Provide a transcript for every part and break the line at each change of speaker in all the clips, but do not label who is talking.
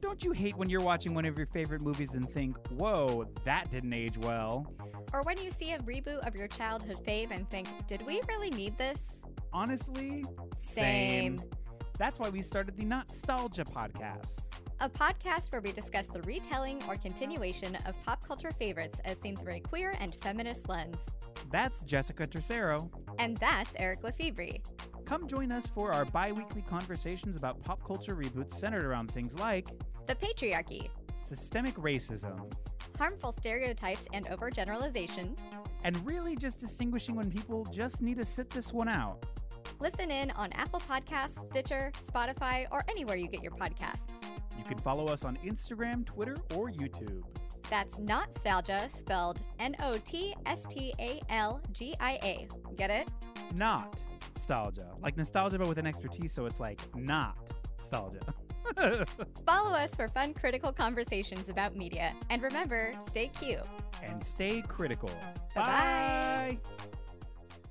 don't you hate when you're watching one of your favorite movies and think, whoa, that didn't age well?
Or when you see a reboot of your childhood fave and think, did we really need this?
Honestly,
Same.
That's why we started the Nostalgia podcast.
A podcast where we discuss the retelling or continuation of pop culture favorites as seen through a queer and feminist lens.
That's Jessica Tercero.
And that's Eric Lefebvre.
Come join us for our bi weekly conversations about pop culture reboots centered around things like
The patriarchy,
systemic racism,
harmful stereotypes and overgeneralizations.
and really just distinguishing when people just need to sit this one out.
Listen in on Apple Podcasts, Stitcher, Spotify, or anywhere you get your podcasts.
You can follow us on Instagram, Twitter, or YouTube.
That's Nostalgia, spelled N O T S T A L G I A. Get it?
Not nostalgia. Like nostalgia, but with an extra T, so it's like not nostalgia.
Follow us for fun, critical conversations about media. And remember, stay cute.
and stay critical.
Bye-bye.
Bye.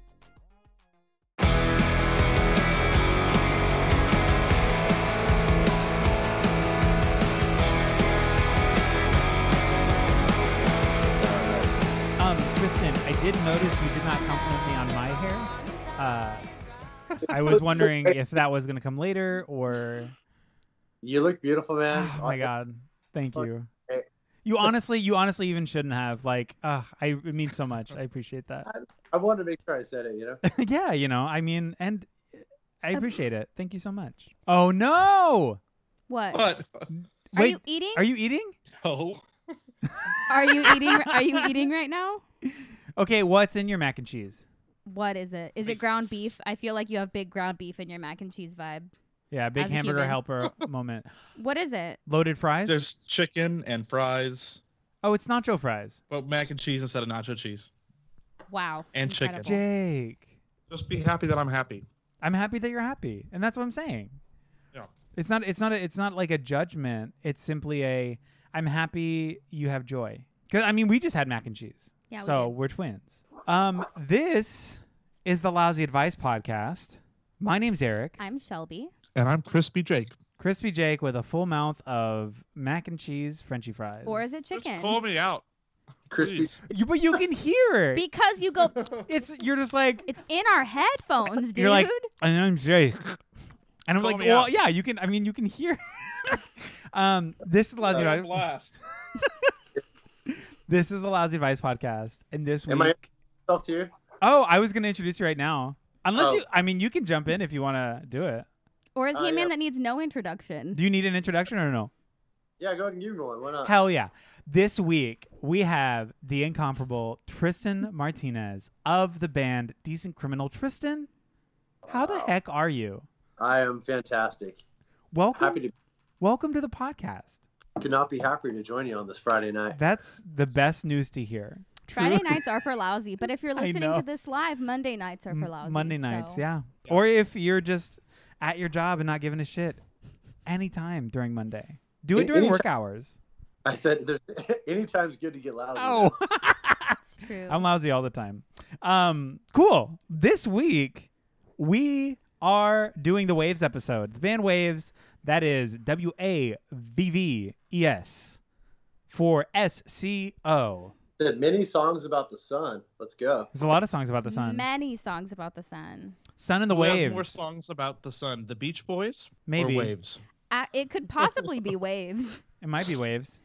Um, Kristen, I did notice you did not compliment me on my hair. Uh, I was wondering if that was going to come later or.
You look beautiful, man.
Oh my god. Thank
Fuck.
you.
Eh.
You honestly, you honestly even shouldn't have. Like, uh, I it means so much. I appreciate that.
I wanted to make sure I said it. You know.
yeah, you know, I mean, and I appreciate it. Thank you so much. Oh no!
What?
What? Oh,
Are
Uh, Wait,
you eating?
are you eating?
No.
Are you eating? Are you eating right now?
Okay, what's in your mac and cheese?
What is it? Is it
Beef.
ground beef? I feel like you have big ground beef in your mac and cheese vibe.
Yeah, big
As a
hamburger
human.
helper moment.
What is it?
Loaded fries?
There's chicken and fries,
Oh, it's nacho fries.
but mac and cheese instead of nacho cheese.
Wow.
And chicken.
Incredible.
Jake,
Just be happy that I'm happy.
I'm happy that you're happy, and that's what I'm saying.
Yeah.
It's not. It's not. A, it's not like a judgment. It's simply a. I'm happy you have joy. Cause I mean, we just had mac and cheese.
Yeah, we
So
did.
are twins. Um, this is the Lousy Advice Podcast. My name's Eric.
I'm Shelby.
And I'm crispy Jake.
Crispy Jake with a full mouth of mac and cheese, Frenchy fries.
Or is it chicken?
Just call me out.
Crispy.
Please.
You, but you can hear it.
Because you go.
It's you're just like
It's in our headphones, dude.
you're like, and I'm Jake, and I'm
Call
like,
me
well,
out.
yeah, you can. I mean, you can hear. um, this is the Lousy. Advice-
blast.
This is the Lousy Advice Podcast, and this week.
Am I- Talk to you.
Oh, I was going to introduce you right now. Unless
Oh.
you, I mean, you can jump in if you want to do it.
or is he
Oh,
a man
yeah.
that needs no introduction?
Do you need an introduction or no?
Yeah, go ahead and give me one. Why not?
Hell yeah. This week, we have the incomparable Tristan Martinez of the band Decent Criminal. Tristan, how the
Wow.
heck are you?
I am fantastic.
Welcome,
Happy to
welcome to the podcast.
could not be happier to join you on this Friday night.
That's the best news to hear.
Friday
Truly.
nights are for lousy, but if you're
I
listening
know.
to this live, Monday nights are for
M-
lousy.
Monday nights,
so-
yeah. Or if you're just at your job and not giving a shit anytime during Monday. Do it
Any-
during
anytime.
work hours.
I said, there, anytime's good to get loud.
Oh.
It's true.
I'm lousy all the time. Um, cool. This week we are doing the Waves episode. The band Waves. That is W A V V E S for S C O.
Said many songs about the sun. Let's go.
There's a lot of songs about the sun.
Many songs about the sun.
sun and the
Who has more
waves.
songs about the sun? The Beach Boys
Maybe
or Waves?
Uh, it could possibly be waves.
it might be waves.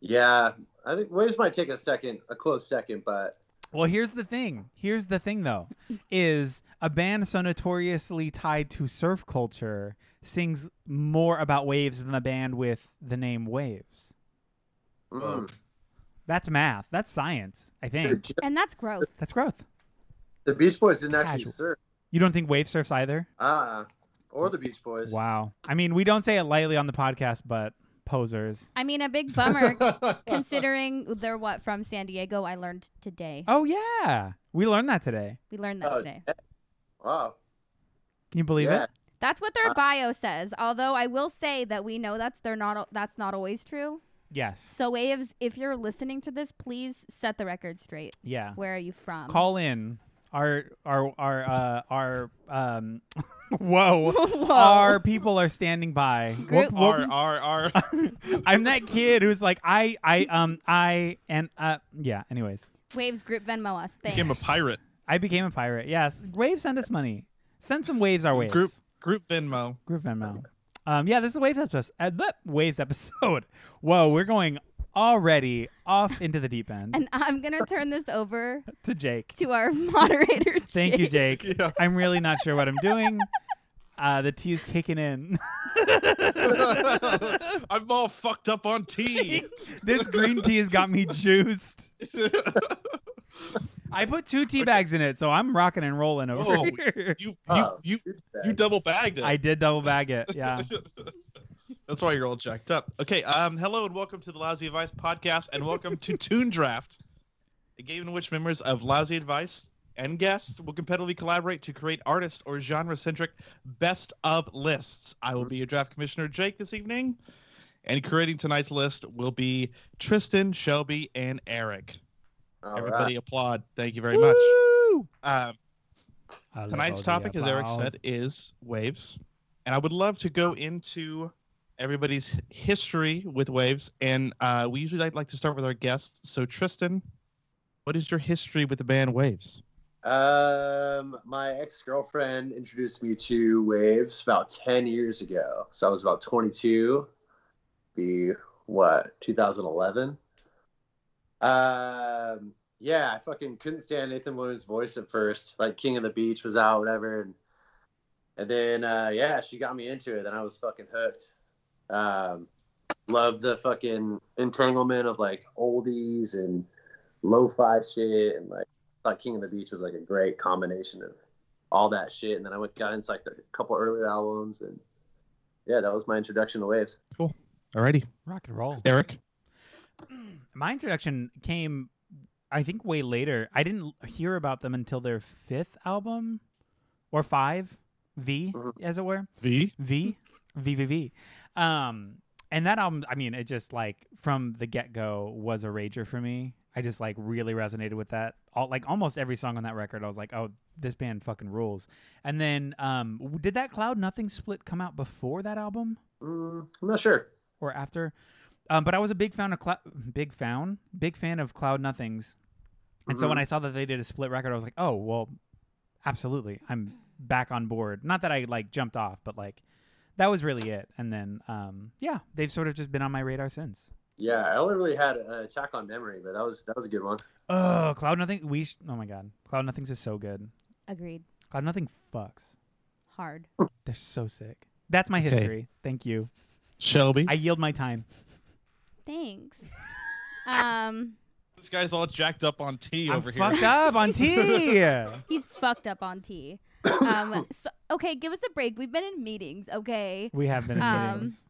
Yeah, I think Waves might take a second, a close second, but
Well, here's the thing. Here's the thing, though, is a band so notoriously tied to surf culture sings more about waves than the band with the name Waves. Oh,
mm,
That's math. That's science. I
they're
think
ju-
And that's growth.
that's growth.
the Beach Boys didn't actually
Casual.
surf.
You don't think wave surfs either?
Ah, or the Beach Boys.
Wow. I mean, we don't say it lightly on the podcast, but posers.
I mean, a big bummer considering they're what from San Diego. I learned today.
Oh yeah, we learned that today.
We learned that
Oh,
today.
yeah. Wow.
Can you believe
yeah.
it?
That's what their
Uh,
bio says. Although I will say that we know that's they're not that's not always true.
Yes.
So waves, if you're listening to this, please set the record straight.
Yeah.
Where are you from?
Call in Our our our uh, our um, whoa.
Whoa.
Our people are standing by.
Group-
Whoop,
R
whoop.
R R.
I'm that kid who's like I I um I and uh yeah. Anyways,
Waves group Venmo us. Thanks.
Became a pirate.
I became a pirate. Yes, Wave send us money. Send some waves our waves.
Group Group Venmo.
Group Venmo. Um, yeah, this is Waves episode. Uh, bleh, waves episode. Whoa, we're going already off into the deep end
And I'm gonna turn this over
to Jake.
to our moderator.
Thank you,
Jake.
Jake.
Yeah.
I'm really not sure what I'm doing. Uh, the tea's kicking in.
I'm all fucked up on tea.
this green tea has got me juiced. I put two tea bags in it, so I'm rocking and rolling over
Oh.
here.
you you
Oh,
you
douchebag.
you double bagged it.
I did double bag it. Yeah.
That's why you're all jacked up. Okay, um, hello and welcome to the Lousy Advice Podcast, and welcome to Toon Draft, a game in which members of Lousy Advice and guests will competitively collaborate to create artist or genre-centric best of lists. I will be your draft commissioner, Jake, this evening, and creating tonight's list will be Tristan, Shelby, and Eric.
All
Everybody
right.
applaud. Thank you very much.
Woo!
Um,
I love
tonight's
all the uh,
topic, as Eric
applause.
said, is waves, and I would love to go into everybody's history with waves. And uh, we usually like, like to start with our guests. So Tristan, what is your history with the band Waves?
Um, my ex girlfriend introduced me to Waves about 10 years ago. So I was about 22, be what, 2011? Um, yeah, I fucking couldn't stand Nathan Williams' voice at first. Like King of the Beach was out, whatever. And, and then, uh, yeah, she got me into it and I was fucking hooked. Um, love the fucking entanglement of like oldies and lo fi shit and like thought King of the Beach was like a great combination of all that shit. And then I went got into like the- a couple earlier albums, and yeah, that was my introduction to Waves.
Alrighty,
rock and roll.
Eric.
my introduction came i think way later i didn't l- hear about them until their fifth album or five v
Mhm.
Mm-hmm.
as it were
V.
v v v v um and that album i mean it just like from the get-go was a rager for me i just like really resonated with that all like almost every song on that record i was like oh this band fucking rules and then um w- did that cloud nothing split come out before that album
Mm, I'm not sure.
or after. Um, but I was a big fan of Clou- big fan, big fan of Cloud Nothings, and so when I saw that they did a split record, I was like, oh well, absolutely, I'm back on board. Not that I like jumped off, but like that was really it. And then um, yeah, they've sort of just been on my radar since.
Yeah, I only really had uh, Attack on Memory, but that was that was a good one.
Oh, Cloud Nothing, we sh- oh my god, Cloud Nothings is so good.
Agreed.
Cloud Nothing fucks.
Hard.
They're so sick. That's my
Okay.
history. Thank you.
Shelby.
I yield my time.
Thanks. Um,
this guy's all jacked up on tea
I'm
over here.
fucked up on tea.
he's fucked up on tea. Um, so, okay, give us a break. We've been in meetings. Okay.
we have been. in
Um,
meetings.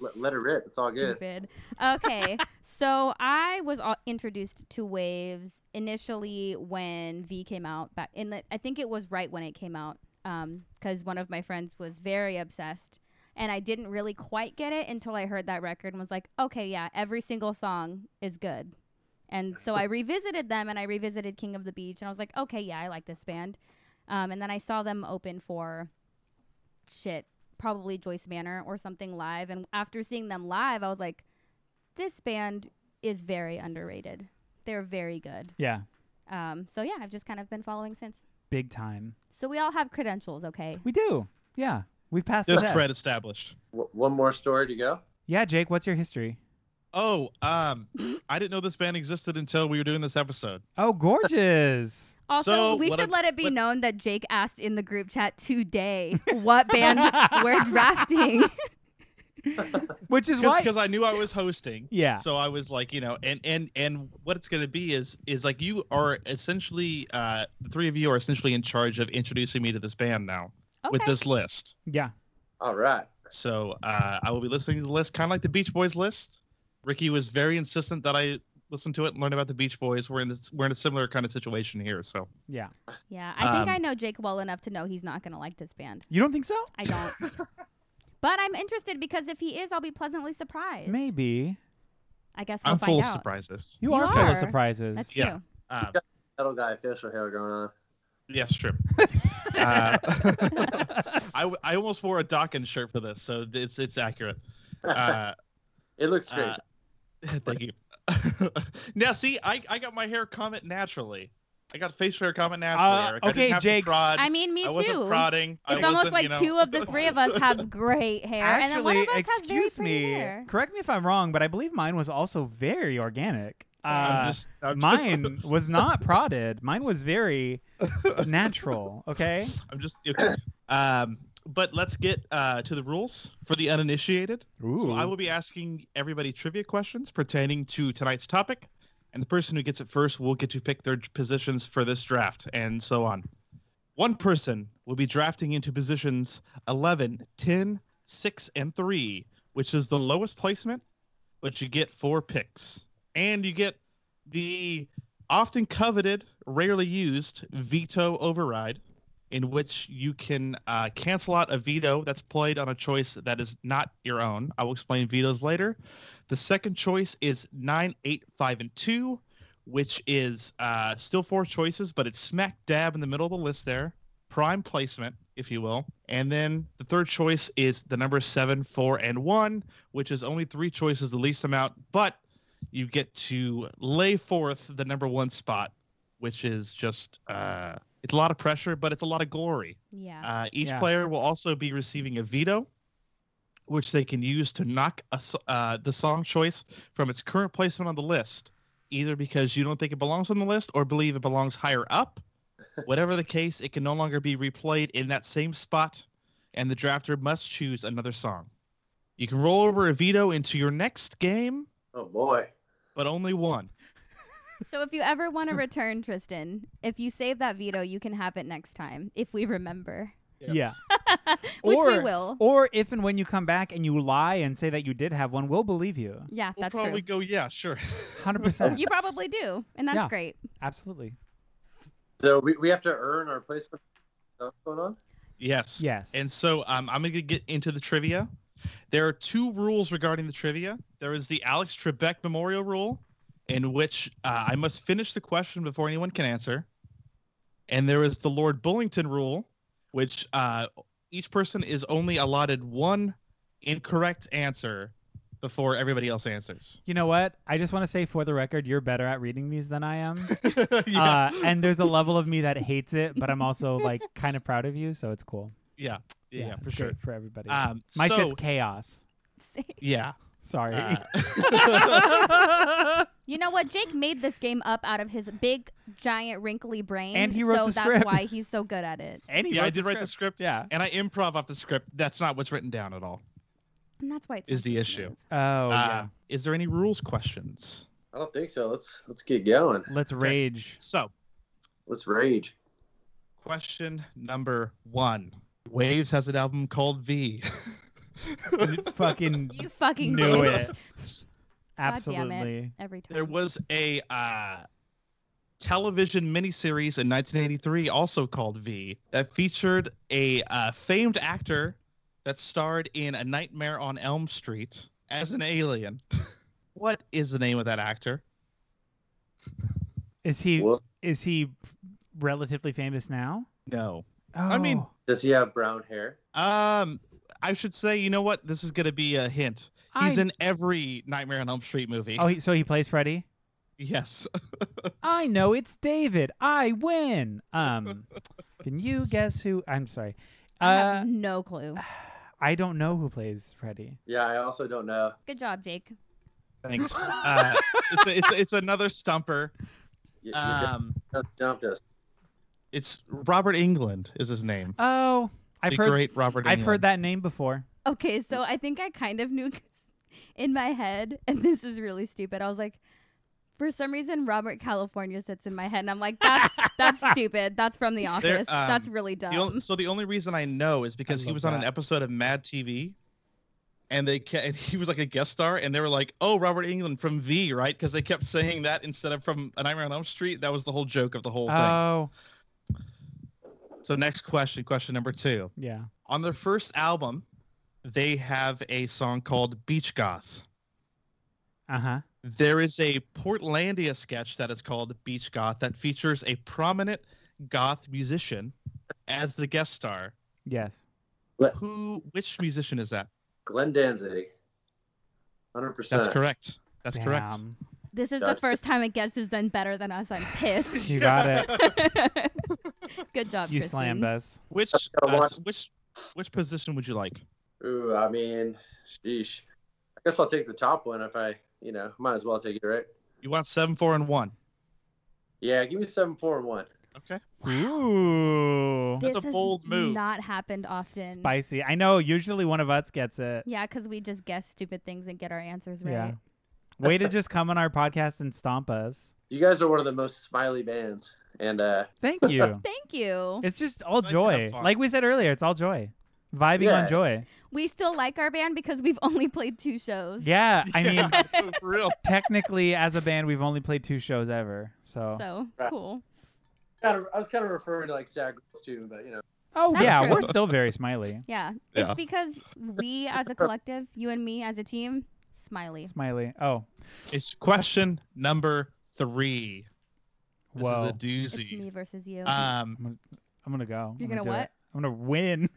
Let, let it rip. It's all good.
Stupid. Okay, so I was all introduced to Waves initially when V came out back in the, I think it was right when it came out because one of my friends was very obsessed and I didn't really quite get it until I heard that record and was like, okay, yeah, every single song is good. And so I revisited them and I revisited King of the Beach and I was like, okay, yeah, I like this band. Um, and then I saw them open for shit, probably Joyce Manor or something live. And after seeing them live, I was like, this band is very underrated. They're very good.
yeah,
Um, so yeah, I've just kind of been following since.
big time.
So we all have credentials, okay?
We do. Yeah. We've passed
There's
the test.
cred established.
W- one more story to go.
Yeah, Jake, what's your history?
Oh, um, I didn't know this band existed until we were doing this episode.
Oh, gorgeous.
Also,
So,
we
what
should
I'm-
let it be
what-
known that Jake asked in the group chat today what band we're drafting.
Which is why.
because I knew I was hosting.
Yeah.
So I was like, you know, and and and what it's going to be is is like you are essentially uh the three of you are essentially in charge of introducing me to this band now with
Okay.
this list.
yeah.
All right.
So uh I will be listening to the list kind of like the Beach Boys list. Ricky was very insistent that I listen to it and learn about the Beach Boys. We're in this, we're in a similar kind of situation here, so.
Yeah.
Yeah, I think
Um,
I know Jake well enough to know he's not going to like this band.
You don't think so?
I don't. but I'm interested because if he is, I'll be pleasantly surprised.
Maybe.
I guess we'll
I'm
find
full of
out.
surprises.
You,
You
are, full
are.
of surprises.
That's
Yeah.
true.
Um,
Metal guy facial hair going on.
Yes, sure. uh, I, w- I almost wore a Dawkins shirt for this, so it's it's accurate. Uh,
It looks great.
Uh, thank you. now, see, I, I got my hair comment naturally. I got facial hair comment naturally.
Uh,
Eric. I didn't
okay,
have to
Jake's-
prod.
I mean, me
I
too.
wasn't prodding. I
It's almost
wasn't,
like
you know-
two of the three of us have great hair, and then one
Actually,
of us has
excuse
very pretty
me.
hair.
Correct me if I'm wrong, but I believe mine was also very organic. Uh,
I'm just, I'm
mine
Just,
was not prodded. Mine was very natural. Okay.
I'm just okay. Um, but let's get uh, to the rules for the uninitiated.
Ooh.
So I will be asking everybody trivia questions pertaining to tonight's topic, and the person who gets it first will get to pick their positions for this draft, and so on. One person will be drafting into positions 11, 10, 6, and 3, which is the lowest placement, but you get four picks. And you get the often coveted, rarely used veto override, in which you can uh, cancel out a veto that's played on a choice that is not your own. I will explain vetoes later. The second choice is 9, 8, 5, and 2, which is uh, still four choices, but it's smack dab in the middle of the list there. Prime placement, if you will. And then the third choice is the number 7, 4, and 1, which is only three choices, the least amount, but you get to lay forth the number one spot, which is just uh, it's a lot of pressure, but it's a lot of glory.
Yeah.
Uh, each
Yeah.
player will also be receiving a veto, which they can use to knock a, s- uh, the song choice from its current placement on the list, either because you don't think it belongs on the list or believe it belongs higher up. Whatever the case, it can no longer be replayed in that same spot, and the drafter must choose another song. You can roll over a veto into your next game,
Oh boy.
but only one.
So if you ever want to return Tristan, if you save that veto, you can have it next time if we remember,
Yeah.
which we
Or-
will.
Or if and when you come back and you lie and say that you did have one, we'll believe you.
yeah,
We'll
that's
probably
true.
go, yeah, sure.
100%.
You probably do, and that's
Yeah.
great.
Absolutely.
So we, we have to earn our placement. What's going on?
Yes.
Yes.
And so um, I'm going to get into the trivia. There are two rules regarding the trivia. There is the Alex Trebek Memorial Rule, in which uh, I must finish the question before anyone can answer. And there is the Lord Bullington Rule, which uh, each person is only allotted one incorrect answer before everybody else answers.
You know what? I just want to say for the record, you're better at reading these than I am.
yeah.
Uh, and there's a level of me that hates it, but I'm also like kind of proud of you, so it's cool.
yeah. Yeah.
it's
for
great
sure.
for everybody.
Um,
My
so,
shit's chaos.
yeah.
Sorry.
uh,
You know what? Jake made this game up out of his big, giant, wrinkly brain,
And he wrote
so
the
that's
script.
why he's so good at it.
And he
yeah,
wrote
I did write the script.
Yeah.
and I improv off the script. That's not what's written down at all.
And that's why it's
Is the issue.
Oh
Uh,
yeah.
Is there any rules questions?
I don't think so. Let's let's get going.
Let's rage.
So,
Let's rage.
question number one Waves has an album called V.
fucking
You fucking
knew
bitch.
it. Absolutely.
every time.
there was a uh, television miniseries in 1983 also called V that featured a uh, famed actor that starred in A Nightmare on Elm Street as an alien. what is the name of that actor?
Is he
Well,
is he relatively famous now?
No.
Oh.
mean-
does he have brown hair?
Um, I should say, you know what? This is gonna be a hint. He's
Oh, I-
in every Nightmare on Elm Street movie.
Oh, he, so he plays Freddy.
yes.
I know it's David. I win. Um, can you guess who? I'm sorry.
I have
Uh,
no clue.
I don't know who plays Freddy.
Yeah, I also don't know.
Good job, Jake.
Thanks. Uh, it's, a, it's a- it's another stumper.
You, you
Um,
just dumped us.
it's Robert England is his name.
Oh, I've
the
heard.
great Robert.
I've heard
Englund.
that name before.
Okay, so I think I kind of knew 'cause in my head, and this is really stupid. I was like, for some reason, Robert California sits in my head, and I'm like, that's that's stupid. That's from The Office. that's
um,
really dumb.
The only- so the only reason I know is because he
uh, love
was on an
that.
episode of Mad TV, and they kept, and he was like a guest star, and they were like, "Oh, Robert England from V, right?" Because they kept saying that instead of from A Nightmare on Elm Street. That was the whole joke of the whole thing.
Oh,
So next question, question number two.
yeah.
On their first album, they have a song called Beach Goth.
Uh huh.
There is a Portlandia sketch that is called Beach Goth that features a prominent goth musician as the guest star.
Yes.
Who? Which musician is that?
Glenn Danzig. 100%.
That's correct. That's correct.
Damn.
This is the
Gotcha.
first time a guest has done better than us. I'm pissed.
You got it.
Good job,
You
Tristan.
slammed us.
Which
I gotta
uh,
watch-
which which position would you like?
Ooh, I mean, sheesh. I guess I'll take the top one if I, you know, might as well take it, right?
You want seven, four, and one.
Yeah, give me seven, four, and one.
Okay.
Ooh.
That's
This
a
has
bold move.
Not happened often.
Spicy. I know. Usually one of us gets it.
Yeah, because we just guess stupid things and get our answers right.
Yeah. Way to just come on our podcast and stomp us.
You guys are one of the most smiley bands, and uh,
Thank you.
Thank you.
it's just all
Like to have
joy.
fun.
Like we said earlier, it's all joy. Vibing
Yeah.
on joy.
We still like our band because we've only played two shows.
Yeah. I mean,
mean, for real.
technically, as a band, we've only played two shows ever. So.
So
Right.
cool.
kind of, I was kind of referring to like sad girls too, but you know,
oh,
That's
yeah.
true.
We're still very smiley.
Yeah.
Yeah.
It's because we as a collective, you and me as a team, smiley.
Smiley. Oh,
It's question number three. This
whoa.
is a
It's me
doozy.
versus you.
Um,
I'm going to go.
You're
I'm
gonna
do
what?
it. I'm going to win.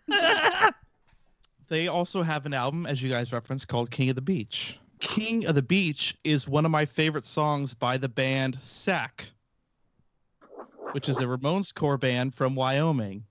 they also have an album, as you guys referenced, called King of the Beach. King of the Beach is one of my favorite songs by the band Sack, which is a Ramones core band from Wyoming.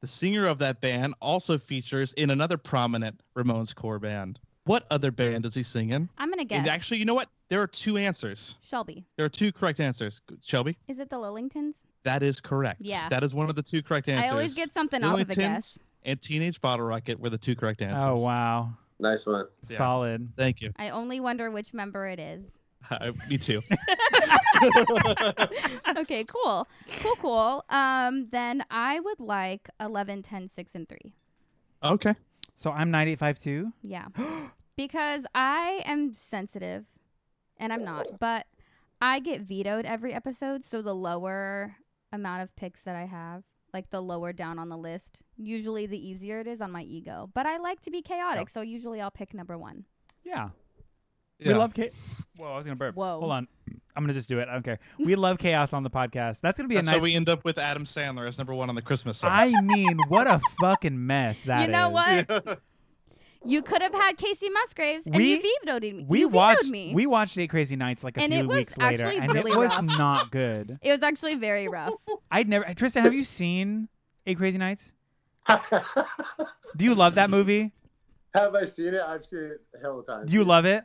The singer of that band also features in another prominent Ramones core band. What other band does he sing in?
I'm gonna guess
And actually, you know what? There are two answers.
Shelby.
There are two correct answers. Shelby,
Is it the Lillingtons?
that is correct.
Yeah.
That is one of the two correct answers.
I always get something off of a guess.
Lillingtons and Teenage Bottle Rocket were the two correct answers.
oh, wow.
nice one.
Yeah.
Solid.
Thank you.
I only wonder which member it is.
Uh, me too.
okay, cool. Cool, cool. Um, then I would like 11, 10, 6, and 3.
okay.
So I'm 985 too.
Yeah. because I am sensitive and I'm not, but I get vetoed every episode. So the lower amount of picks that I have, like the lower down on the list, usually the easier it is on my ego. But I like to be chaotic. So usually I'll pick number one.
Yeah. We
Yeah.
love chaos. Whoa, I was gonna burp.
Whoa.
Hold on. I'm gonna just do it. I don't care. We love chaos on the podcast. That's gonna be
That's
a nice.
how we end up with Adam Sandler as number one on the Christmas song.
I mean, what a fucking mess that is.
you know what? you could have had Casey Musgraves and
We-
you vetoed me.
We
you
watched
vetoed me.
we watched Eight Crazy Nights like a
And
few
it was
weeks later,
actually
and it
really
was
rough.
not good.
it was actually very rough.
I'd never. Tristan, have you seen Eight Crazy Nights? Do you love that movie?
Have I seen it? I've seen it a hell of times.
Do you love it?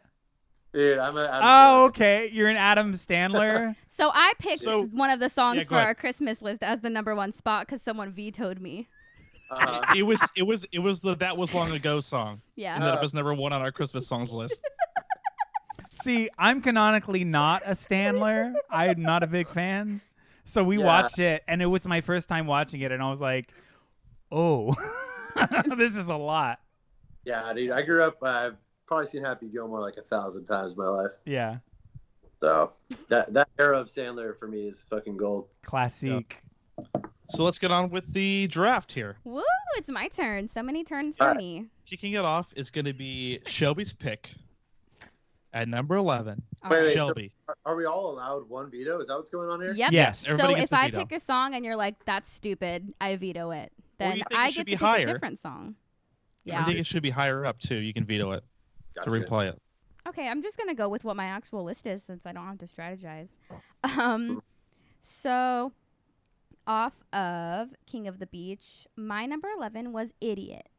dude? I'm a. I'm
Oh, okay. You're an Adam Sandler.
So I picked
So-
one of the songs
Yeah, go
for
ahead.
our Christmas list as the number one spot because someone vetoed me.
uh,
it was it was it was the that was long ago song
Yeah.
and that it was number one on our Christmas songs list.
See, I'm canonically not a Standler. I'm not a big fan. So we
Yeah.
watched it, and it was my first time watching it, and I was like, oh, this is a lot.
yeah, dude. I grew up. uh, I've probably seen Happy Gilmore like a thousand times in my life.
Yeah.
So that that era of Sandler for me is fucking gold.
Classic.
So let's get on with the draft here.
Woo, it's my turn. So many turns for
Alright.
me.
Kicking it off is going to be Shelby's pick at number eleven.
Wait, wait, so-
Shelby.
Are, are we all allowed one veto? Is that what's going on here?
Yep.
Yes.
Everybody
So
gets
if
a
I
veto.
pick a song and you're like, that's stupid, I veto it.
Well,
Then
you think it
I
should
get to
be
pick
higher.
a different song.
I
Yeah.
think it should be higher up too. You can veto it
Gotcha.
to replay it.
Okay, I'm just gonna go with what my actual list is since I don't have to strategize.
Oh.
Um, so off of King of the Beach, my number eleven was Idiot.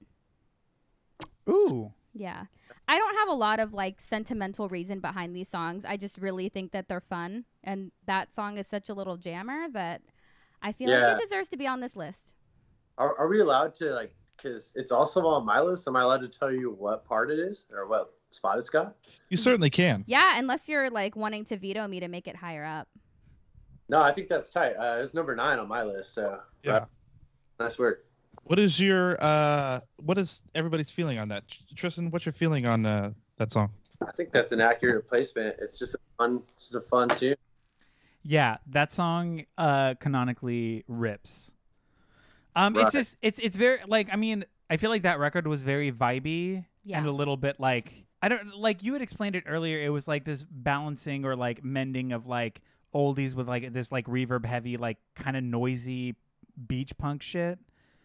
Ooh.
Yeah. I don't have a lot of like sentimental reason behind these songs. I just really think that they're fun. And that song is such a little jammer that I feel
Yeah.
like it deserves to be on this list.
Are, are we allowed to like? Because it's also on my list. Am I allowed to tell you what part it is or what spot it's got?
You certainly can.
Yeah, unless you're like wanting to veto me to make it higher up.
No, I think that's tight. Uh, it's number nine on my list. So
Yeah.
nice work.
What is your uh? What is everybody's feeling on that? Tr- Tristan, what's your feeling on uh that song?
I think that's an accurate placement. It's just a fun, just a fun tune.
Yeah, that song uh canonically rips. Um
Right.
it's just it's it's very like I mean, I feel like that record was very vibey
Yeah.
and a little bit like I don't like you had explained it earlier, it was like this balancing or like mending of like oldies with like this like reverb heavy like kind of noisy beach punk shit.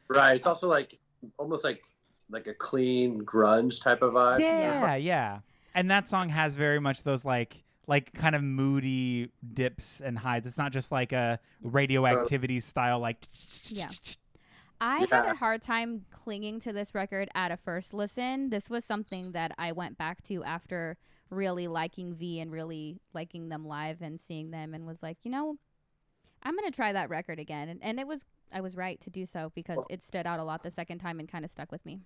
Right. It's also like almost like like a clean grunge type of vibe.
yeah, yeah. And that song has very much those like like kind of moody dips and highs. It's not just like a radioactivity style like
Yeah. I had a hard time clinging to this record at a first listen. This was something that I went back to after really liking V and really liking them live and seeing them and was like, you know, I'm going to try that record again. And, and it was I was right to do so because it stood out a lot the second time and kind of stuck with me.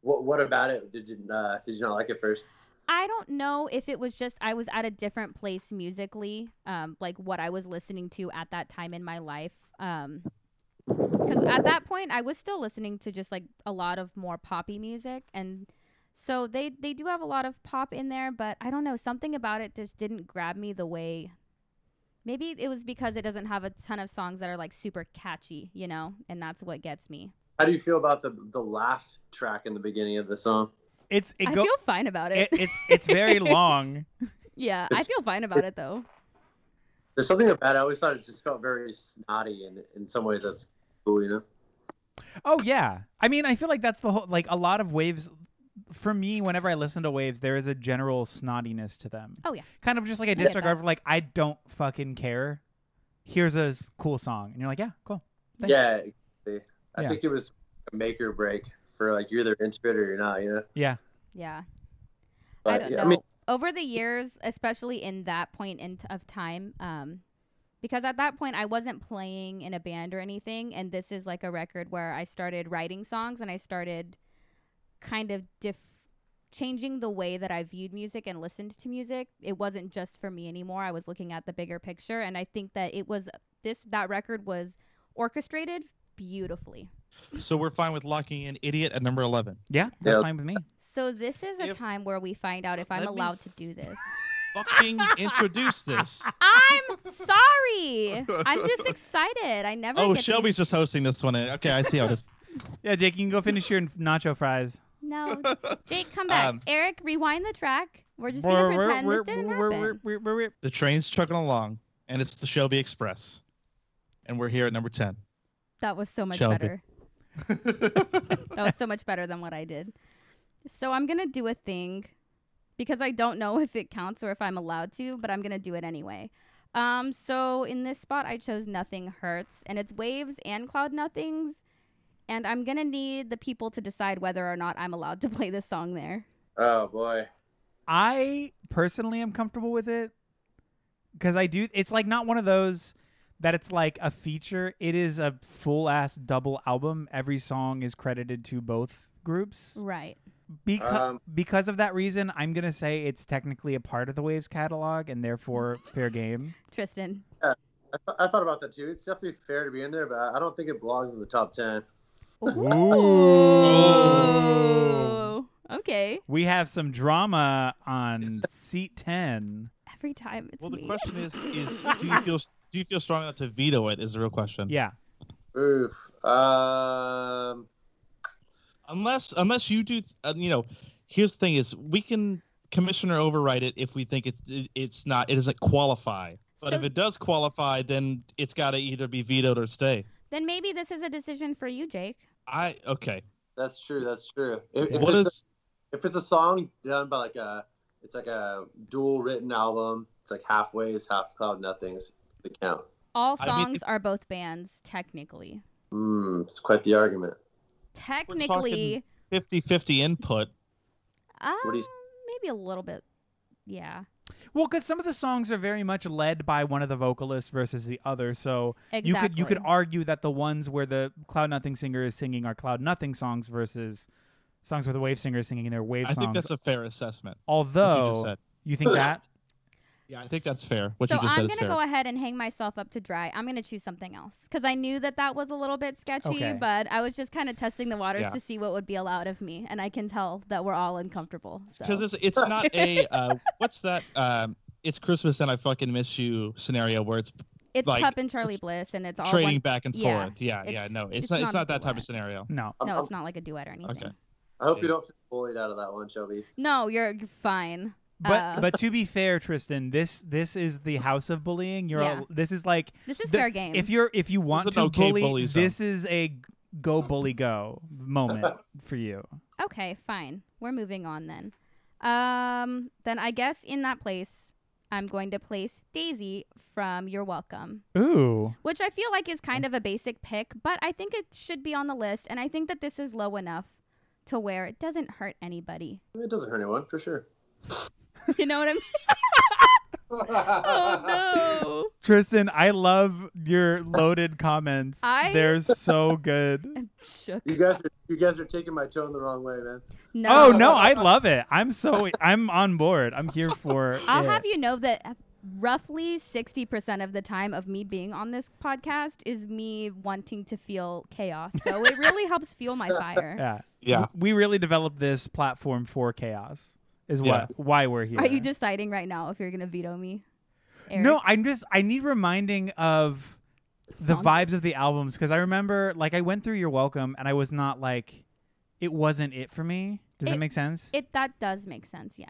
What What about it? Did you uh, Did you not like it first?
I don't know if it was just I was at a different place musically, um, like what I was listening to at that time in my life. Um 'cause because at that point I was still listening to just like a lot of more poppy music, and so they they do have a lot of pop in there, but I don't know something about it just didn't grab me the way. Maybe it was because it doesn't have a ton of songs that are like super catchy, you know, and that's what gets me.
How do you feel about the the laugh track in the beginning of the song?
It's it
I
go
feel fine about
it,
it.
it's it's very long.
yeah, I
it's-
feel fine about it though.
There's something about it. I always thought it just felt very snotty, and in some ways that's cool, you know.
Oh yeah. I mean, I feel like that's the whole like a lot of waves for me whenever I listen to waves there is a general snottiness to them.
Oh, yeah.
Kind of just like a
get
disregard
that.
for like I don't fucking care. Here's a s- cool song and you're like, "Yeah, cool." Thanks.
Yeah, exactly. I
Yeah.
think it was a make or break for like you're either into it or you're not, you know.
Yeah.
Yeah.
But
I don't
yeah,
know.
I mean,
Over the years, especially in that point in t- of time, um, because at that point I wasn't playing in a band or anything, and this is like a record where I started writing songs and I started kind of diff changing the way that I viewed music and listened to music. It wasn't just for me anymore. I was looking at the bigger picture, and I think that it was this that record was orchestrated beautifully.
So we're fine with locking in idiot at number eleven.
Yeah, that's
Yeah.
fine with me.
So this is a
If-
time where we find out if I'm
Let me
allowed
f-
to do this.
Fucking introduce this.
I'm sorry. I'm just excited. I never.
Oh,
get
Shelby's
these-
just hosting this one. Okay, I see how this.
Yeah, Jake, you can go finish your nacho fries.
No, Jake, come back.
Um,
Eric, rewind the track. We're just gonna pretend this didn't happen.
The train's chugging along, and it's the Shelby Express, and we're here at number ten.
That was so much
Shelby.
better. That was so much better than what I did. So I'm gonna do a thing because I don't know if it counts or if I'm allowed to, but I'm gonna do it anyway. Um, so in this spot, I chose "Nothing Hurts," and it's Waves and Cloud Nothings, and I'm gonna need the people to decide whether or not I'm allowed to play this song there.
oh boy,
I personally am comfortable with it because I do. It's like not one of those that it's like a feature. It is a full ass double album. Every song is credited to both groups.
Right.
Because
Um,
because of that reason, I'm gonna say it's technically a part of the Waves catalog and therefore fair game.
Tristan.
I, th- I thought about that too. It's definitely fair to be in there, but I don't think it belongs in the top ten.
Ooh.
Okay.
We have some drama on seat ten.
Every time it's
well, the
me.
question is: is do you feel do you feel strong enough to veto it? Is the real question.
Yeah,
Oof. Um,
Unless unless you do, uh, you know, here's the thing: is we can commissioner override it if we think it's it, it's not it doesn't qualify. But
So-
if it does qualify, then it's got to either be vetoed or stay.
Then maybe this is a decision for you, Jake.
I okay.
that's true. That's true. If, if
What
it's
is
if it's a song done by like a it's like a dual written album it's like half waves half cloud nothings the count
All
I
songs
mean, if-
are both bands, technically.
mm, it's quite the argument
Technically,
50-50 input?
uh,
What do you s-
maybe a little bit. Yeah,
well, because some of the songs are very much led by one of the vocalists versus the other, so
exactly.
you could you could argue that the ones where the cloud nothing singer is singing are cloud nothing songs versus songs where the wave singer is singing their wave
I
songs.
think that's a fair assessment.
Although
what you just said.
you think that
Yeah, I think that's fair. What
so
you just
I'm
said is
gonna
fair.
go ahead and hang myself up to dry. I'm gonna choose something else because I knew that that was a little bit sketchy,
Okay.
but I was just kind of testing the waters
Yeah.
to see what would be allowed of me, and I can tell that we're all uncomfortable. So.
because it's it's not a uh, what's that? Um, it's Christmas and I fucking miss you scenario where it's
It's
like,
Pup and Charlie Bliss, and it's all
trading
one.
back and
yeah,
forth. Yeah, yeah,
it's-
no, it's,
it's
not,
not
it's
a
not that type
duet.
of scenario.
no.
I'm-
No,
Um,
I'm-
it's not like a duet or anything.
Okay.
i hope you don't get bullied out of that one shelby
No, you're you're fine.
But
Uh,
but to be fair, Tristan, this this is the house of bullying. You're
Yeah.
this is like
This is
the-
fair game.
If you're if you want
an
to
okay
bully,
bully zone.
this is a g- go bully go moment for you.
Okay, fine. We're moving on then. Um, then I guess in that place, I'm going to place Daisy from You're Welcome,
Ooh.
which I feel like is kind of a basic pick, but I think it should be on the list. And I think that this is low enough to where it doesn't hurt anybody.
It doesn't hurt anyone for sure.
You know what I mean? oh,
Tristan, I love your loaded comments.
I-
They're so good.
no. I'm shook.
You guys are you guys are taking my tone the wrong way, man.
No.
Oh no, I love it. I'm so I'm on board. I'm here for
I'll
it.
have you know that roughly 60% of the time of me being on this podcast is me wanting to feel chaos. So it really helps fuel my fire.
Yeah.
Yeah.
We really developed this platform for chaos. Is what why we're here.
Are you deciding right now if you're gonna veto me? Eric?
No, I'm just I need reminding of the
Songs?
vibes of the albums because I remember like I went through your welcome and I was not like it wasn't it for me. Does
It-
that make sense?
it that does make sense. Yes.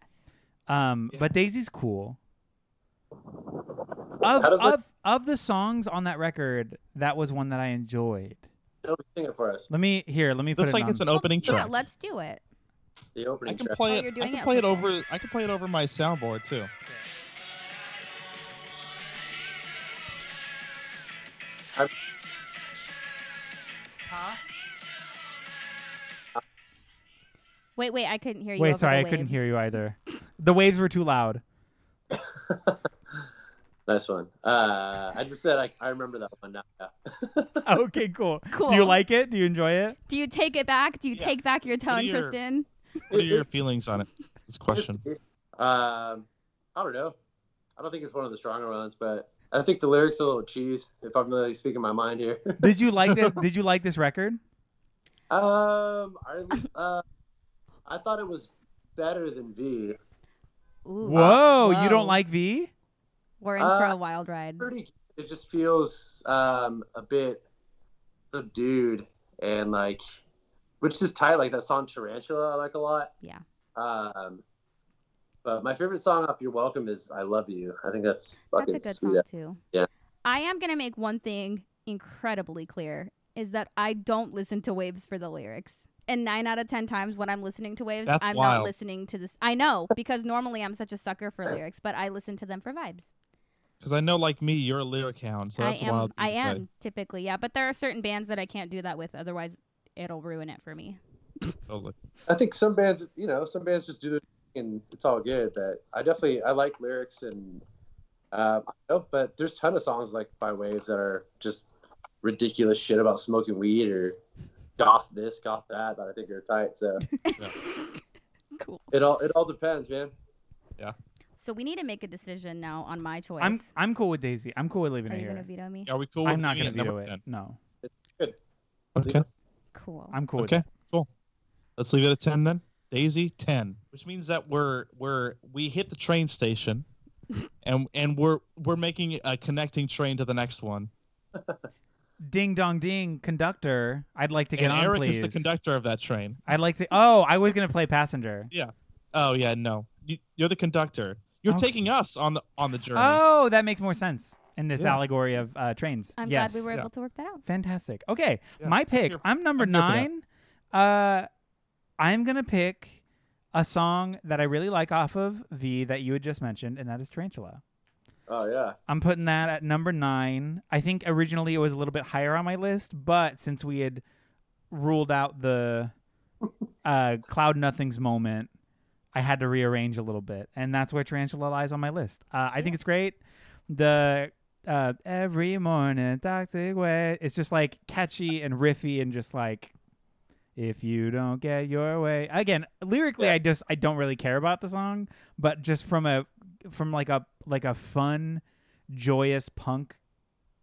um,
Yeah.
but Daisy's cool. Of
How does that-
of of the songs on that record, that was one that I enjoyed.
Don't sing it for us.
Let me here. Let me put
Looks
it
like
on.
it's an opening
Well,
track.
Yeah, let's do it.
The
I
opening
can
track.
play
Oh,
it.
you're
I
doing
can
it,
play it
okay.
over. I can play it over my soundboard too.
Wait, wait, I couldn't hear you. over
Wait,
the
sorry, I couldn't
waves.
hear you either. The waves were too loud.
Nice one. Uh, I just said I, I remember that one now. Yeah.
Okay, cool. Do
Cool.
you like it? Do you enjoy it?
Do you take it back? Do you
Yeah.
take back your tone,
your-
Tristan?
What are your feelings on it? This question.
Um, I don't know. I don't think it's one of the stronger ones, but I think the lyrics are a little cheese. If I'm really speaking my mind here.
Did you like this? Did you like this record?
um, I uh, I thought it was better than V.
Ooh, uh,
Whoa, you
Whoa.
don't like V?
We're in for
Uh,
a wild ride.
Pretty. It just feels um a bit subdued and like, which is tight. Like that song Tarantula, I like a lot.
Yeah.
Um, but my favorite song off You're Welcome is I Love You. I think that's
That's
fucking
a good
sweet.
song too.
Yeah.
I am gonna make one thing incredibly clear: is that I don't listen to Waves for the lyrics. And nine out of ten times when I'm listening to Waves,
That's
I'm not
wild.
listening to this. I know because normally I'm such a sucker for lyrics, but I listen to them for vibes.
Because I know, like me, you're a lyric hound, so
I
that's
am.
wild.
I
to say.
am typically, yeah. But there are certain bands that I can't do that with. Otherwise, it'll ruin it for me.
Totally.
I think some bands, you know, some bands just do their thing and it's all good. But I definitely I like lyrics and um, I know, but there's ton of songs like by Waves that are just ridiculous shit about smoking weed or goth this, goth that that I think are tight. So
Cool.
it all it all depends, man.
So we need to make a decision now on my choice.
I'm I'm cool with Daisy. I'm cool with leaving
are
it
you
here.
gonna veto me?
Are we cool? E
I'm not
going
gonna
to
veto it. No,
Okay.
Cool.
I'm cool.
Okay.
With
Cool. Let's leave it at ten then. Daisy ten, which means that we're we're we hit the train station, and and we're we're making a connecting train to the next one.
it. Ding dong ding, conductor. I'd like to get
and
on,
Eric
please.
is the conductor of that train.
I'd like to. Oh, I was gonna play passenger.
Oh yeah, no, you, you're the conductor. You're
Okay.
taking us on the on the journey.
Oh, that makes more sense in this
Yeah.
allegory of uh, trains.
I'm
yes.
glad we were
Yeah.
able to work that out.
Fantastic. Okay,
Yeah,
my
I'm
pick.
here-
I'm number
I'm here for
nine. Uh, I'm gonna pick a song that I really like off of V that you had just mentioned, and that is Tarantula.
Oh yeah.
I'm putting that at number nine. I think originally it was a little bit higher on my list, but since we had ruled out the uh, Cloud Nothings moment, I had to rearrange a little bit, and that's where Tarantula lies on my list. Uh, I think it's great. The uh, every morning toxic way. It's just like catchy and riffy, and just like if you don't get your way. Again, lyrically, I just I don't really care about the song, but just from a from like a like a fun, joyous punk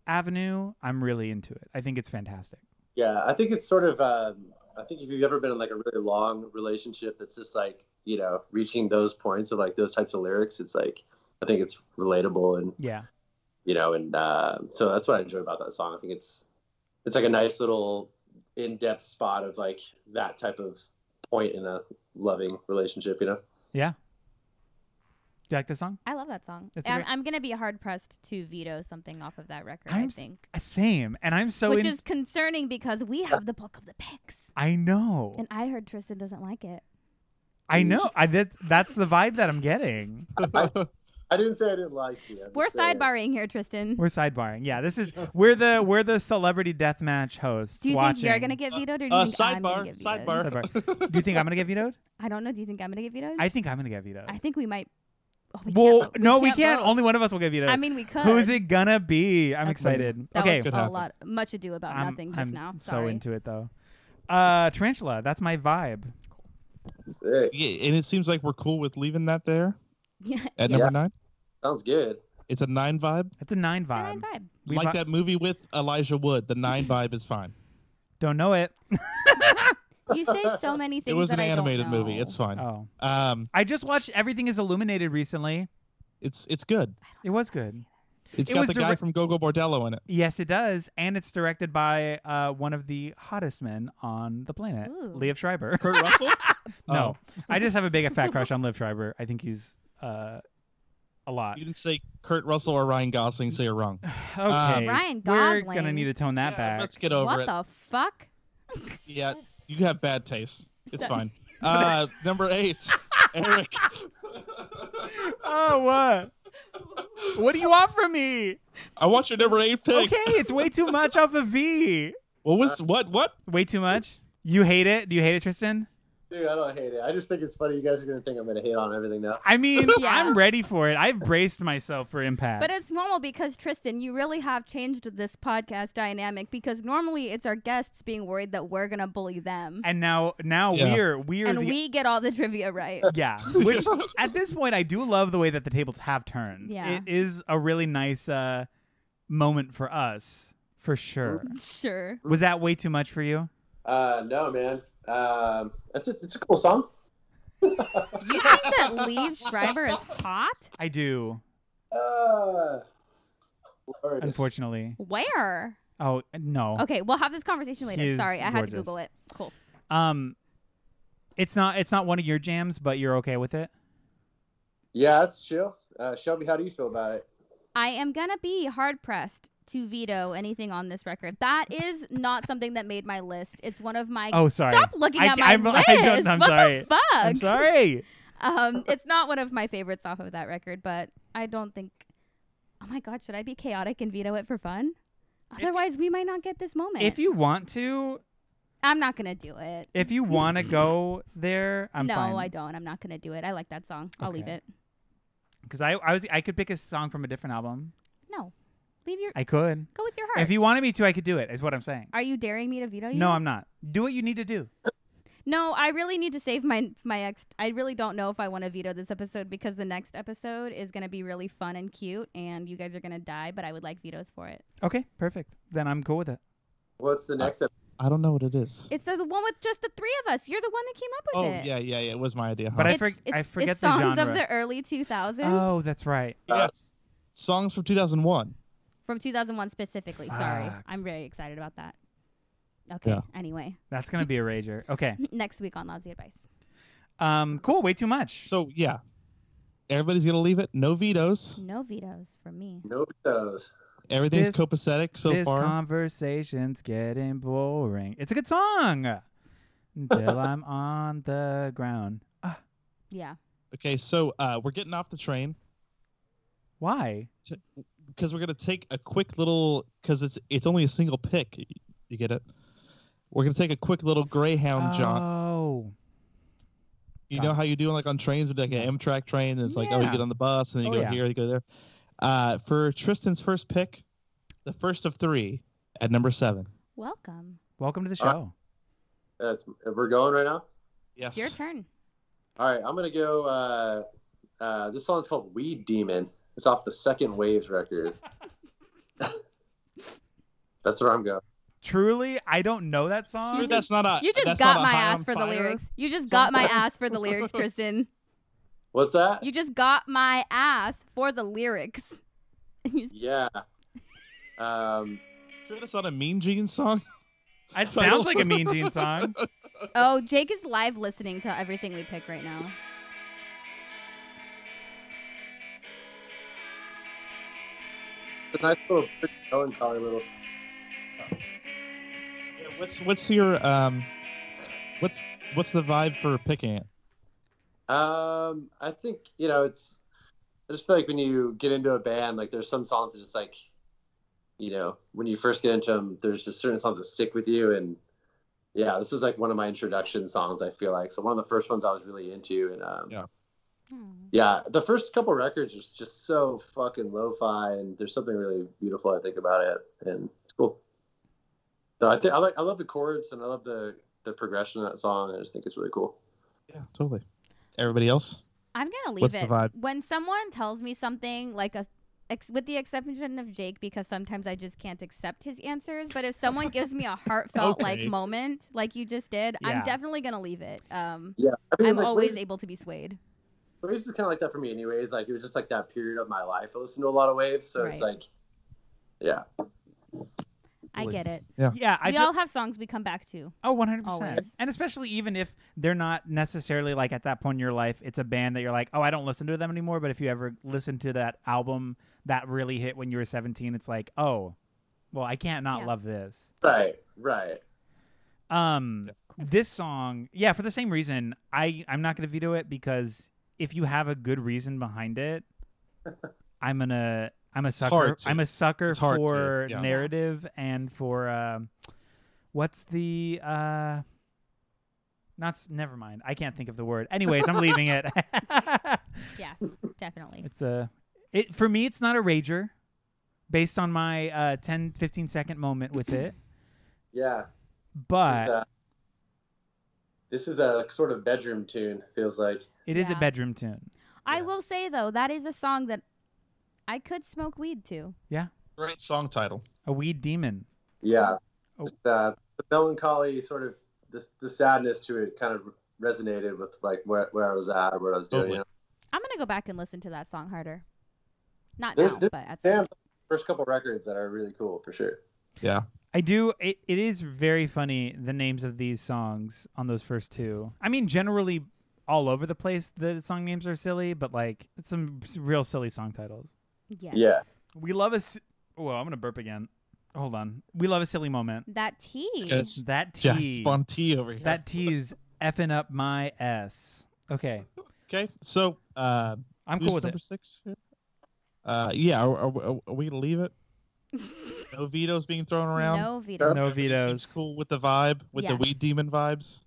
avenue, I'm really into it. I think it's fantastic.
Yeah, I think it's sort of. Um, I think if you've ever been in like a really long relationship, that's just like you know reaching those points of like those types of lyrics. It's like I think it's relatable and
Yeah.
you know, and uh, so that's what I enjoy about that song. I think it's it's like a nice little in-depth spot of like that type of point in a loving relationship, you know.
you like this song?
I love that song.
It's a
I'm,
great-
I'm gonna be hard pressed to veto something off of that record. i
I'm s-
think,
Uh, Same. And I'm so
which
in-
is concerning because we have the bulk of the picks,
I know.
and I heard Tristan doesn't like it.
I know. I that, that's the vibe that I'm getting.
I didn't say I didn't like you. I'm just
We're
saying.
sidebarring here, Tristan.
We're sidebarring. Yeah, this is we're the we're the celebrity deathmatch hosts
do you
watching.
think you're gonna get vetoed, or do you
Uh,
think I'm gonna
sidebar,
get vetoed?
sidebar.
Sidebar. Do you think I'm gonna get vetoed?
I don't know. Do you think I'm gonna get vetoed?
I think I'm gonna get vetoed.
I think we might. Oh, we
well,
can't vote.
no, we can't.
vote.
Only one of us will get vetoed.
I mean, we could.
Who's it gonna be? I'm
Okay.
excited.
That
okay,
was
Could
a
happen.
lot, much ado about
I'm,
nothing just
I'm
now.
so
Sorry.
into it though. Uh, tarantula. That's my vibe.
Sick.
Yeah, and it seems like we're cool with leaving that there
yeah,
at
yeah.
number nine.
Sounds good.
It's a nine vibe.
That's a nine
It's a
vibe.
nine vibe.
We
like
vi-
that movie with Elijah Wood. The nine vibe is fine.
Don't know it.
You say so many things.
It was an
that I don't
animated movie.
know.
It's fine.
Oh,
Um,
I just watched Everything Is Illuminated recently.
it's it's good.
It was good.
It's
It
got
was
the guy
direct-
from Gogo Bordello in it.
Yes, it does, and it's directed by uh, one of the hottest men on the planet,
Ooh.
Liev Schreiber.
Kurt Russell. Oh.
no, I just have a big fat crush on Liev Schreiber. I think he's uh, a lot.
You didn't say Kurt Russell or Ryan Gosling, so you're wrong.
Okay,
Ryan
we're
Gosling.
gonna need to tone that
Yeah,
back.
Let's get over
what
it.
the fuck?
Yeah, you have bad taste. It's
So-
fine. Uh, number eight, Eric.
Oh, what? What do you want from me?
I want your number eight pick.
Okay, it's way too much off of V.
What was what what?
Way too much. You hate it? Do you hate it, Tristan?
Dude, I don't hate it. I just think it's funny. You guys are gonna think I'm gonna hate on everything now.
I mean,
Yeah.
I'm ready for it. I've braced myself for impact.
But it's normal because Tristan, you really have changed this podcast dynamic because normally it's our guests being worried that we're gonna bully them,
and now, now
Yeah.
we're we're
and
the
we get all the trivia right.
yeah. Which at this point, I do love the way that the tables have turned.
Yeah.
it is a really nice uh, moment for us, for sure.
Mm-hmm. sure.
Was that way too much for you?
Uh, no, man. Um, that's a it's a cool song.
You think that Liev Schreiber is hot?
I do,
Uh, Lord.
unfortunately.
Where?
Oh no.
Okay, we'll have this conversation later.
He is
Sorry, I had to
gorgeous.
Google it. Cool.
Um, it's not it's not one of your jams, but you're okay with it.
Yeah, that's chill. Uh, Shelby, how do you feel about it?
I am going to be hard pressed to veto anything on this record. That is not something that made my list. It's one of my.
Oh, sorry.
Stop looking
I-
at my
I'm- I
list.
don't- I'm
what
sorry.
the fuck?
I'm sorry.
Um, it's not one of my favorites off of that record, but I don't think. Oh my God, should I be chaotic and veto it for fun? Otherwise, we might not get this moment.
If you want to,
I'm not going to do it.
if you want to go there, I'm
no,
fine.
I don't. I'm not going to do it. I like that song. I'll leave
Okay.
it.
Because I, I was I could pick a song from a different album.
No. Leave your.
I could.
go with your heart.
If you wanted me to, I could do it. Is what I'm saying.
Are you daring me to veto you?
No, I'm not. Do what you need to do.
No, I really need to save my my ex. I really don't know if I want to veto this episode because the next episode is going to be really fun and cute, and you guys are going to die. But I would like vetoes for it.
Okay, perfect. Then I'm cool with it.
What's the next episode?
I don't know what it is.
It's the one with just the three of us. You're the one that came up with
oh
it.
yeah, yeah, yeah. It was my idea.
But I
huh?
It's-
forg- I
it's-
forget
it's
the
songs
genre.
of the early 2000s.
Oh, that's right.
Yeah. songs from 2001.
from 2001 specifically. Sorry,
Fuck.
I'm very excited about that. Okay.
Yeah.
Anyway,
That's gonna be a rager. Okay.
next week on Lousy Advice.
Um. Cool. Way too much.
So yeah, everybody's gonna leave it. No vetoes.
No vetoes from me.
No shows.
Everything's
This-
copacetic so
this
far.
conversation's getting boring. It's a good song. Until I'm on the ground. Ah,
Yeah.
okay, so uh, we're getting off the train
why?
because we're gonna take a quick little because it's it's only a single pick. Y- You get it? We're gonna take a quick little Greyhound jaunt.
Oh.
You
got
know
it.
how you do like on trains with like an Amtrak train, and it's like oh you
Yeah.
get on the bus and then you
Oh,
go
yeah.
here, you go there. Uh, for Tristan's first pick, the first of three at number seven.
Welcome.
Welcome to the
Uh,
show.
That's we're going right now.
It's
Yes.
your turn.
All right, I'm gonna go. Uh, uh, this song's called "Weed Demon." It's off the Second Waves record. That's where I'm going.
Truly, I don't know that song.
Sure, that's not a.
You just
Uh, that's
got
not a
my
high
ass
on
for the
fire?
lyrics. You just got my
Sometimes.
ass for the lyrics, Tristan.
What's that?
You just got my ass for the lyrics. You-
Yeah. Um,
Sure, that's not a Mean Gene song.
It sounds like a Mean Gene song.
oh, Jake is live listening to everything we pick right now.
a nice little Cohen collar little.
Yeah, What's what's your um, what's what's the vibe for picking it?
Um, I think you know it's. I just feel like when you get into a band, like there's some songs that just like, you know, when you first get into them, there's just certain songs that stick with you, and yeah, this is like one of my introduction songs. I feel like so one of the first ones I was really into, and um,
Yeah. Hmm.
yeah, the first couple records are just so fucking lo-fi, and there's something really beautiful I think about it, and it's cool. So I think I like I love the chords and I love the the progression of that song. I just think it's really cool.
Yeah, totally. Everybody else?
I'm gonna leave
What's the
it.
vibe?
When someone tells me something like a, ex- with the exception of Jake, because sometimes I just can't accept his answers. But if someone gives me a heartfelt
Okay.
like moment, like you just did,
Yeah.
I'm definitely gonna leave it. Um,
I mean,
I'm
like,
always
Waves,
able to be swayed.
Waves is kind of like that for me, anyways. Like it was just like that period of my life. I listened to a lot of Waves, so it's
Right.
like, yeah,
I
Totally.
get it.
Yeah, I
we
feel,
all have songs we come back to.
oh 100%.
Always.
And especially even if they're not necessarily like at that point in your life, it's a band that you're like, "Oh, I don't listen to them anymore," but if you ever listen to that album that really hit when you were 17, it's like, "Oh, well, I can't not
Yeah.
love this."
right, right.
Um, this song, yeah, for the same reason, I I'm not gonna veto it because if you have a good reason behind it, I'm gonna I'm a sucker.
hard to.
I'm a sucker
It's hard to,
for
yeah.
narrative and for um, what's the uh, not s- never mind. I can't think of the word. Anyways, I'm leaving it.
Yeah, definitely.
It's a it for me it's not a rager based on my uh 10 15 second moment with it,
Yeah,
but
this, is a, this is a sort of bedroom tune. Feels like
it is a
Yeah.
bedroom tune.
I
Yeah.
will say though, that is a song that I could smoke weed to.
Great song title.
A weed demon.
yeah,
Oh.
Just, uh, the melancholy sort of the the sadness to it kind of resonated with like where where I was at or what I was doing.
Totally.
you know?
I'm gonna go back and listen to that song harder. Not
There's-
now,
there's-
but at some
Damn, first couple records that are really cool for sure.
I do. It, it is very funny the names of these songs on those first two. I mean, generally all over the place, the song names are silly, but like it's some s- real silly song titles.
Yes.
Yeah.
We love a. Si- well, I'm gonna burp again. Hold on. We love a silly moment.
That tea.
It's
That
Jack
tea.
Von T over here.
That tea is effing up my s. Okay,
okay, so uh,
I'm
who's
cool with
number
it.
six. here? Uh, yeah, are, are, are, are we gonna leave it? No vetoes being thrown around.
No veto.
No
Everybody
vetoes.
Seems cool with the vibe, with the
Yes.
weed demon vibes.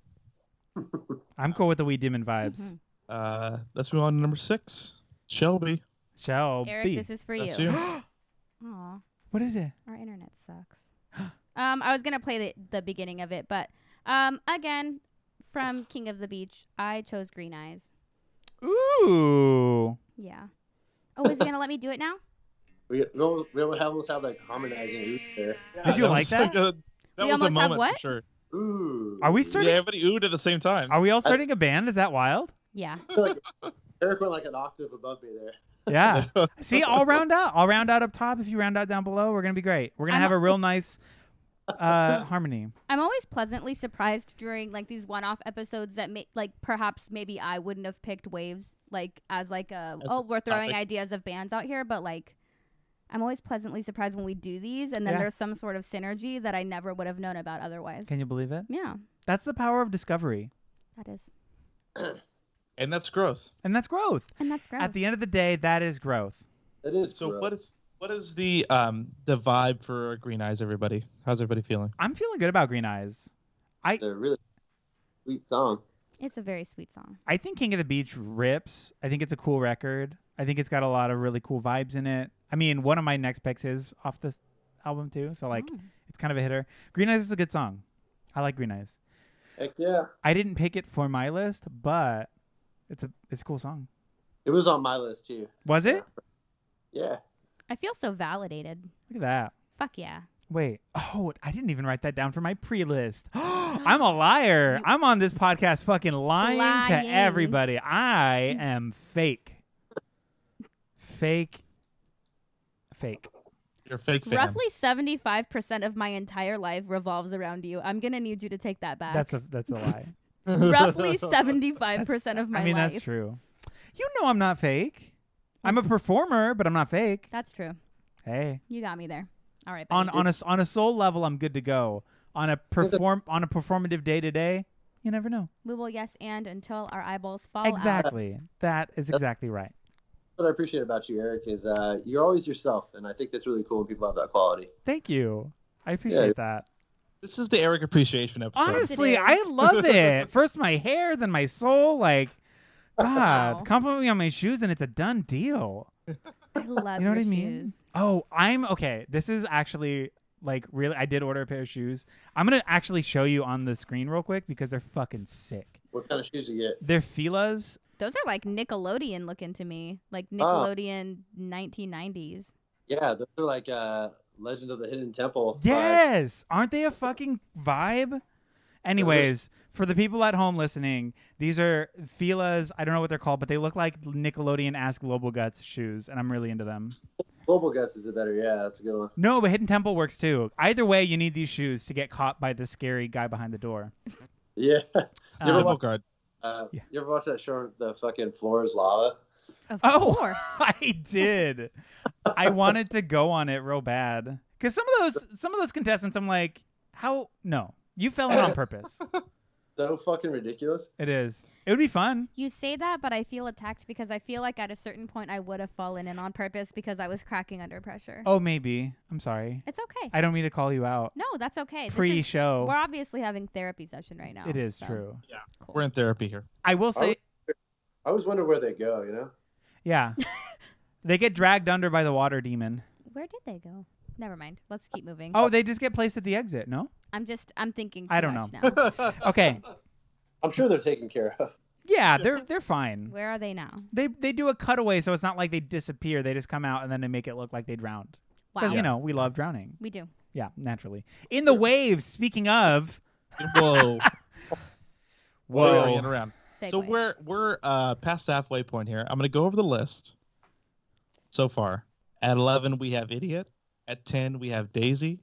I'm cool with the wee demon vibes.
Mhm.
Uh, let's move on to number six. Shelby,
Shall
Eric,
be.
this is for
that's
you.
you.
Aw,
what is it?
our internet sucks. um, I was gonna play the the beginning of it, but um, again, from King of the Beach, I chose Green Eyes.
Ooh.
Yeah. Oh, is he gonna let me do it now?
We, we, almost, we almost have like harmonizing ooh there.
Did you like
was
that?
a- that
We
was
almost
a
have
moment
what?
for sure.
Ooh.
Are we starting?
Yeah, everybody oohed at the same time.
Are we all starting a band? Is that wild?
Yeah.
Eric went like an octave above me there.
Oh, Yeah. See, I'll round out. I'll round out up top. If you round out down below, we're gonna be great. We're gonna
I'm-
have a real nice uh, harmony.
I'm always pleasantly surprised during like these one-off episodes that may, like perhaps maybe I wouldn't have picked Waves like as like a
As
oh
a
we're throwing
topic.
ideas of bands out here, but like I'm always pleasantly surprised when we do these and then
Yeah.
there's some sort of synergy that I never would have known about otherwise.
Can you believe it?
yeah,
That's the power of discovery,
that is,
and that's growth.
and that's growth.
and that's great.
At the end of the day, that is growth.
It is.
So
gross.
what is what is the um the vibe for Green Eyes? Everybody, how's everybody feeling?
I'm feeling good about Green Eyes. I
They're really sweet song.
it's a very sweet song.
I think King of the Beach rips. I think it's a cool record. I think it's got a lot of really cool vibes in it. I mean, one of my next picks is off this album too, so like
Oh.
it's kind of a hitter. Green Eyes is a good song. I like Green Eyes.
Heck yeah.
I didn't pick it for my list, but it's a it's a cool song.
It was on my list too.
Was it?
Yeah.
I feel so validated.
Look at that.
Fuck yeah.
Wait. Oh, I didn't even write that down for my pre list. I'm a liar. I'm on this podcast fucking lying,
Lying.
to everybody. I am fake. Fake. Fake.
You're a fake fan.
Roughly 75% of my entire life revolves around you. I'm going to need you to take that back.
That's a that's a lie.
Roughly 75%
That's-
of my
I mean,
life.
that's true. You know I'm not fake. I'm a performer, but I'm not fake.
That's true.
Hey,
You got me there. All right.
on
buddy.
on a s- on a soul level, I'm good to go. On a perform on a performative day to day, you never know.
we will yes and until our eyeballs fall out.
exactly. That is exactly right.
What I appreciate about you, Eric, is uh, you're always yourself, and I think that's really cool when people have that quality.
Thank you. I appreciate that.
This is the Eric appreciation episode.
Honestly,
is.
I love it. First my hair, then my soul. Like, God,
Wow.
compliment me on my shoes, and it's a done deal.
I love
You know
your
what I mean?
shoes.
Oh, I'm okay. This is actually like really. I did order a pair of shoes. I'm gonna actually show you on the screen real quick because they're fucking sick.
What kind of shoes you get?
They're Fila's.
Those are like Nickelodeon looking to me, like Nickelodeon 1990s.
Yeah, those are like uh, Legend of the Hidden Temple. vibes.
Yes, aren't they a fucking vibe? Anyways, for the people at home listening, these are Fila's. I don't know what they're called, but they look like Nickelodeon Ask Global Guts shoes, and I'm really into them.
Global Guts is a better. Yeah, that's a good one.
No, but Hidden Temple works too. Either way, you need these shoes to get caught by the scary guy behind the door.
Yeah.
It's a
Um,
book card.
Uh,
Yeah.
You ever watch that show, The Fucking Floor is Lava?
Of
Oh.
course.
I did. I wanted to go on it real bad because some of those some of those contestants, I'm like, how? No, you fell in on purpose.
So fucking ridiculous.
It is. It would be fun.
You say that, but I feel attacked because I feel like at a certain point I would have fallen in on purpose because I was cracking under pressure.
Oh, maybe. I'm sorry.
It's okay.
I don't mean to call you out.
no, that's okay. This is- we're
Pre-show.
obviously having therapy session right now.
It is
so
true.
cool.
We're in therapy here.
I will say,
I always wonder where they go. You know.
yeah. They get dragged under by the water demon.
Where did they go? Never mind. Let's keep moving.
Oh, they just get placed at the exit. No.
I'm just I'm thinking. Too
I don't
much
know.
Now.
Okay.
I'm sure they're taken care of.
Yeah, they're they're fine.
Where are they now?
They they do a cutaway, so it's not like they disappear. They just come out and then they make it look like they drowned.
Wow.
Because you know we love drowning.
We do.
Yeah, naturally. In the waves, speaking of
Whoa. Whoa.
Whoa.
around.
Segue.
So we're we're uh, past the halfway point here. I'm gonna go over the list so far. At eleven we have idiot. At ten we have Daisy.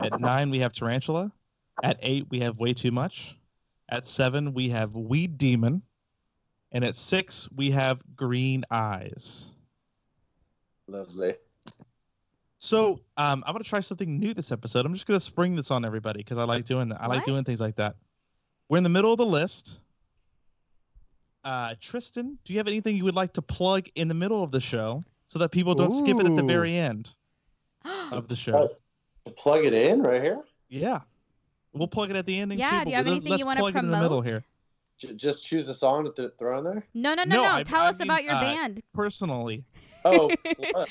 At nine we have Tarantula. At eight we have Way Too Much. At seven we have Weed Demon. And at six we have Green Eyes.
Lovely.
So um, I'm gonna try something new this episode. I'm just gonna spring this on everybody because I like doing that. I like
What?
doing things like that. We're in the middle of the list. Uh, Tristan, do you have anything you would like to plug in the middle of the show so that people don't skip it at the
Ooh.
very end of the show?
Oh. Plug it in right here.
Yeah, we'll plug it at the ending
Yeah,
too.
do you have anything you wanna
want to plug it in the middle
promote?
here.
J- just choose a song to th- throw in there.
no, no, no,
No,
no.
I-
Tell
I
us
mean,
about your
uh,
band.
Personally,
Oh, plug.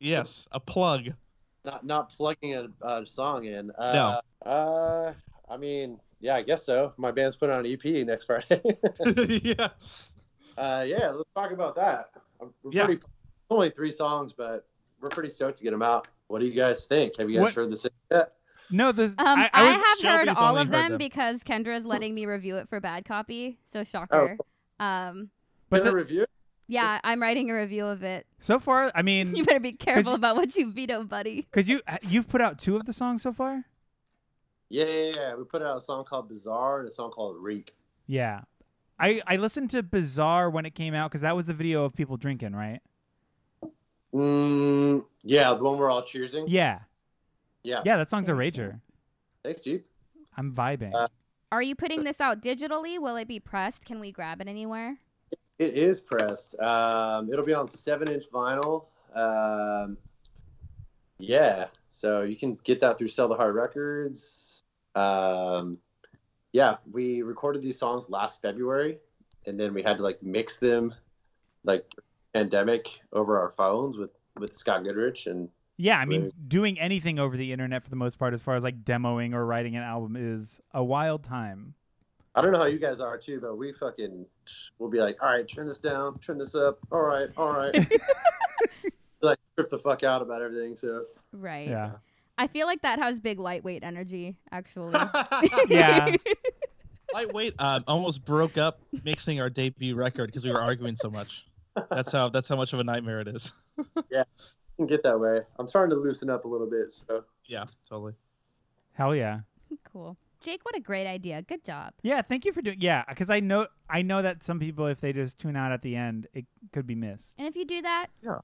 yes, a plug.
not not plugging a, a song in. Uh,
No.
Uh, I mean, yeah, I guess so. My band's putting on an EP next Friday.
yeah,
uh, yeah, let's talk about that. I'm- We're
Yeah.
pretty, only three songs, but we're pretty stoked to get them out. What do you guys think? Have you guys
What-
heard this yet?
No, this
Um,
I,
I,
I was
have heard
Shelby's
all
only
of
heard
them,
them.
because Kendra is letting me review it for bad copy. So shocker.
Oh.
Um,
but
Get a
the-
review.
yeah, I'm writing a review of it.
so far, I mean
You better be careful
you-
about what you veto, buddy.
Because you you've put out two of the songs so far.
Yeah, yeah, yeah. We put out a song called Bizarre and a song called Reek.
Yeah, I I listened to Bizarre when it came out because that was the video of people drinking, right?
Mm, yeah, the one we're all cheersing.
Yeah,
yeah.
yeah, that song's a
Thank you.
rager.
Thanks, Jeep.
I'm vibing.
Uh,
Are you putting this out digitally? Will it be pressed? Can we grab it anywhere?
It is pressed. Um, it'll be on seven inch vinyl. Um, yeah, so you can get that through Sell the Hard Records. Um, yeah, we recorded these songs last February, and then we had to like mix them, like pandemic over our phones with with Scott Goodrich, and
yeah, I mean,
uh,
doing anything over the internet for the most part, as far as like demoing or writing an album, is a wild time.
I don't know how you guys are too, but we fucking will be like, all right, turn this down, turn this up, all right, all right, like trip the fuck out about everything. So
Right.
Yeah,
I feel like that has big lightweight energy, actually.
yeah.
Lightweight um, almost broke up mixing our debut record because we were arguing so much. That's how that's how much of a nightmare it is.
can get that way. I'm starting to loosen up a little bit. So
Yeah, totally.
Hell yeah.
cool. Jake, what a great idea. Good job.
Yeah, thank you for doing. Yeah, because I know I know that some people, if they just tune out at the end, it could be missed.
And if you do that,
Yeah.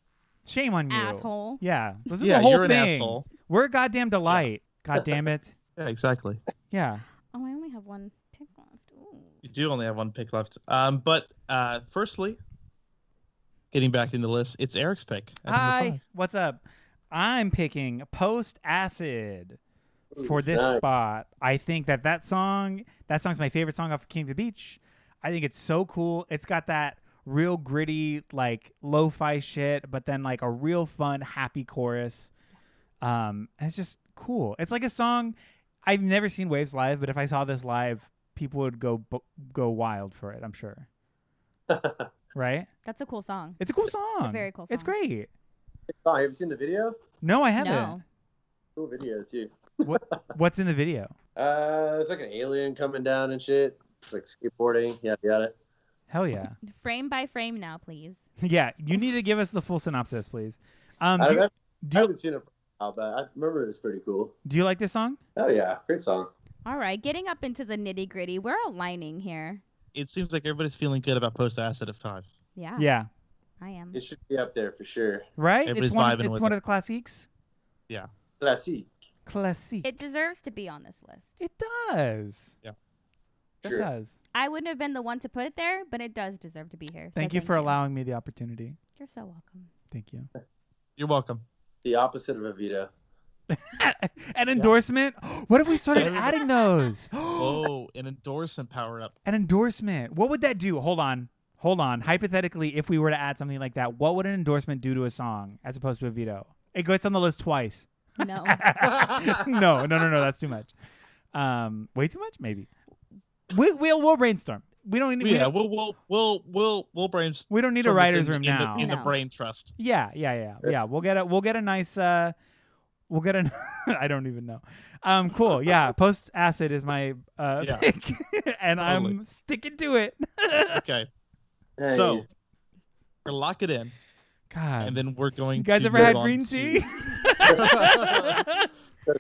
Shame on you,
asshole.
Yeah, listen
yeah,
to the whole
you're an
thing.
asshole.
We're a goddamn delight. God damn it.
Yeah, exactly.
Yeah.
Oh, I only have one pick left. Ooh.
You do only have one pick left. Um, but uh, firstly, getting back in the list, it's Eric's pick. at number
Hi.
five.
What's up? I'm picking Post Acid for this
Nice.
spot. I think that that song, that song's my favorite song off of King of the Beach. I think it's so cool. It's got that real gritty, like lo-fi shit, but then like a real fun, happy chorus. Um, and it's just cool. It's like a song I've never seen Waves live, but if I saw this live, people would go bo- go wild for it. I'm sure. right?
That's a cool song.
It's a cool song.
very cool
It's
song.
great.
Oh, have you seen the video?
No, I haven't.
No.
Cool video too.
What's in the video?
Uh, it's like an alien coming down and shit. It's like skateboarding. Yeah, got it.
Hell yeah.
Frame by frame now, please.
yeah, you need to give us the full synopsis, please. Um,
I,
do, you,
don't know. I
do, you,
haven't seen it for a while, but I remember it was pretty cool.
do you like this song?
Oh yeah, great song.
All right, getting up into the nitty gritty. We're aligning here.
It seems like everybody's feeling good about post acid of five.
Yeah,
Yeah.
I am.
It should be up there for sure.
Right?
Everybody's
it's one, of-
vibing
it's
with
one
it.
of the classiques.
Classique.
Classique.
It deserves to be on this list.
It does.
Yeah.
It
Sure.
does.
I wouldn't have been the one to put it there, but it does deserve to be here. so
Thank you for allowing me the opportunity.
You're so welcome.
Thank you.
You're welcome.
The opposite of a veto.
An endorsement? What if we started
Everybody-
adding those?
Oh, an endorsement power up.
An endorsement. What would that do? Hold on. Hold on. Hypothetically, if we were to add something like that, what would an endorsement do to a song as opposed to a veto? It gets on the list twice.
No,
no, no, no, no. That's too much. Um, way too much, maybe. We, we'll we'll brainstorm. We don't need. we
yeah,
don't,
we'll we'll we'll we'll we'll brainstorm.
we don't need
this
a
in-
writers room
in the-
now.
in the
No.
brain trust.
Yeah, yeah, yeah, yeah. We'll get a we'll get a nice. Uh, we'll get an. I don't even know. Um, cool. Yeah, post acid is my uh
Yeah.
pick, and I'm
Totally.
sticking to it.
Okay,
Hey,
so we're lock it in,
God,
and then we're going.
you guys
to
ever had
move on
green
to-
tea?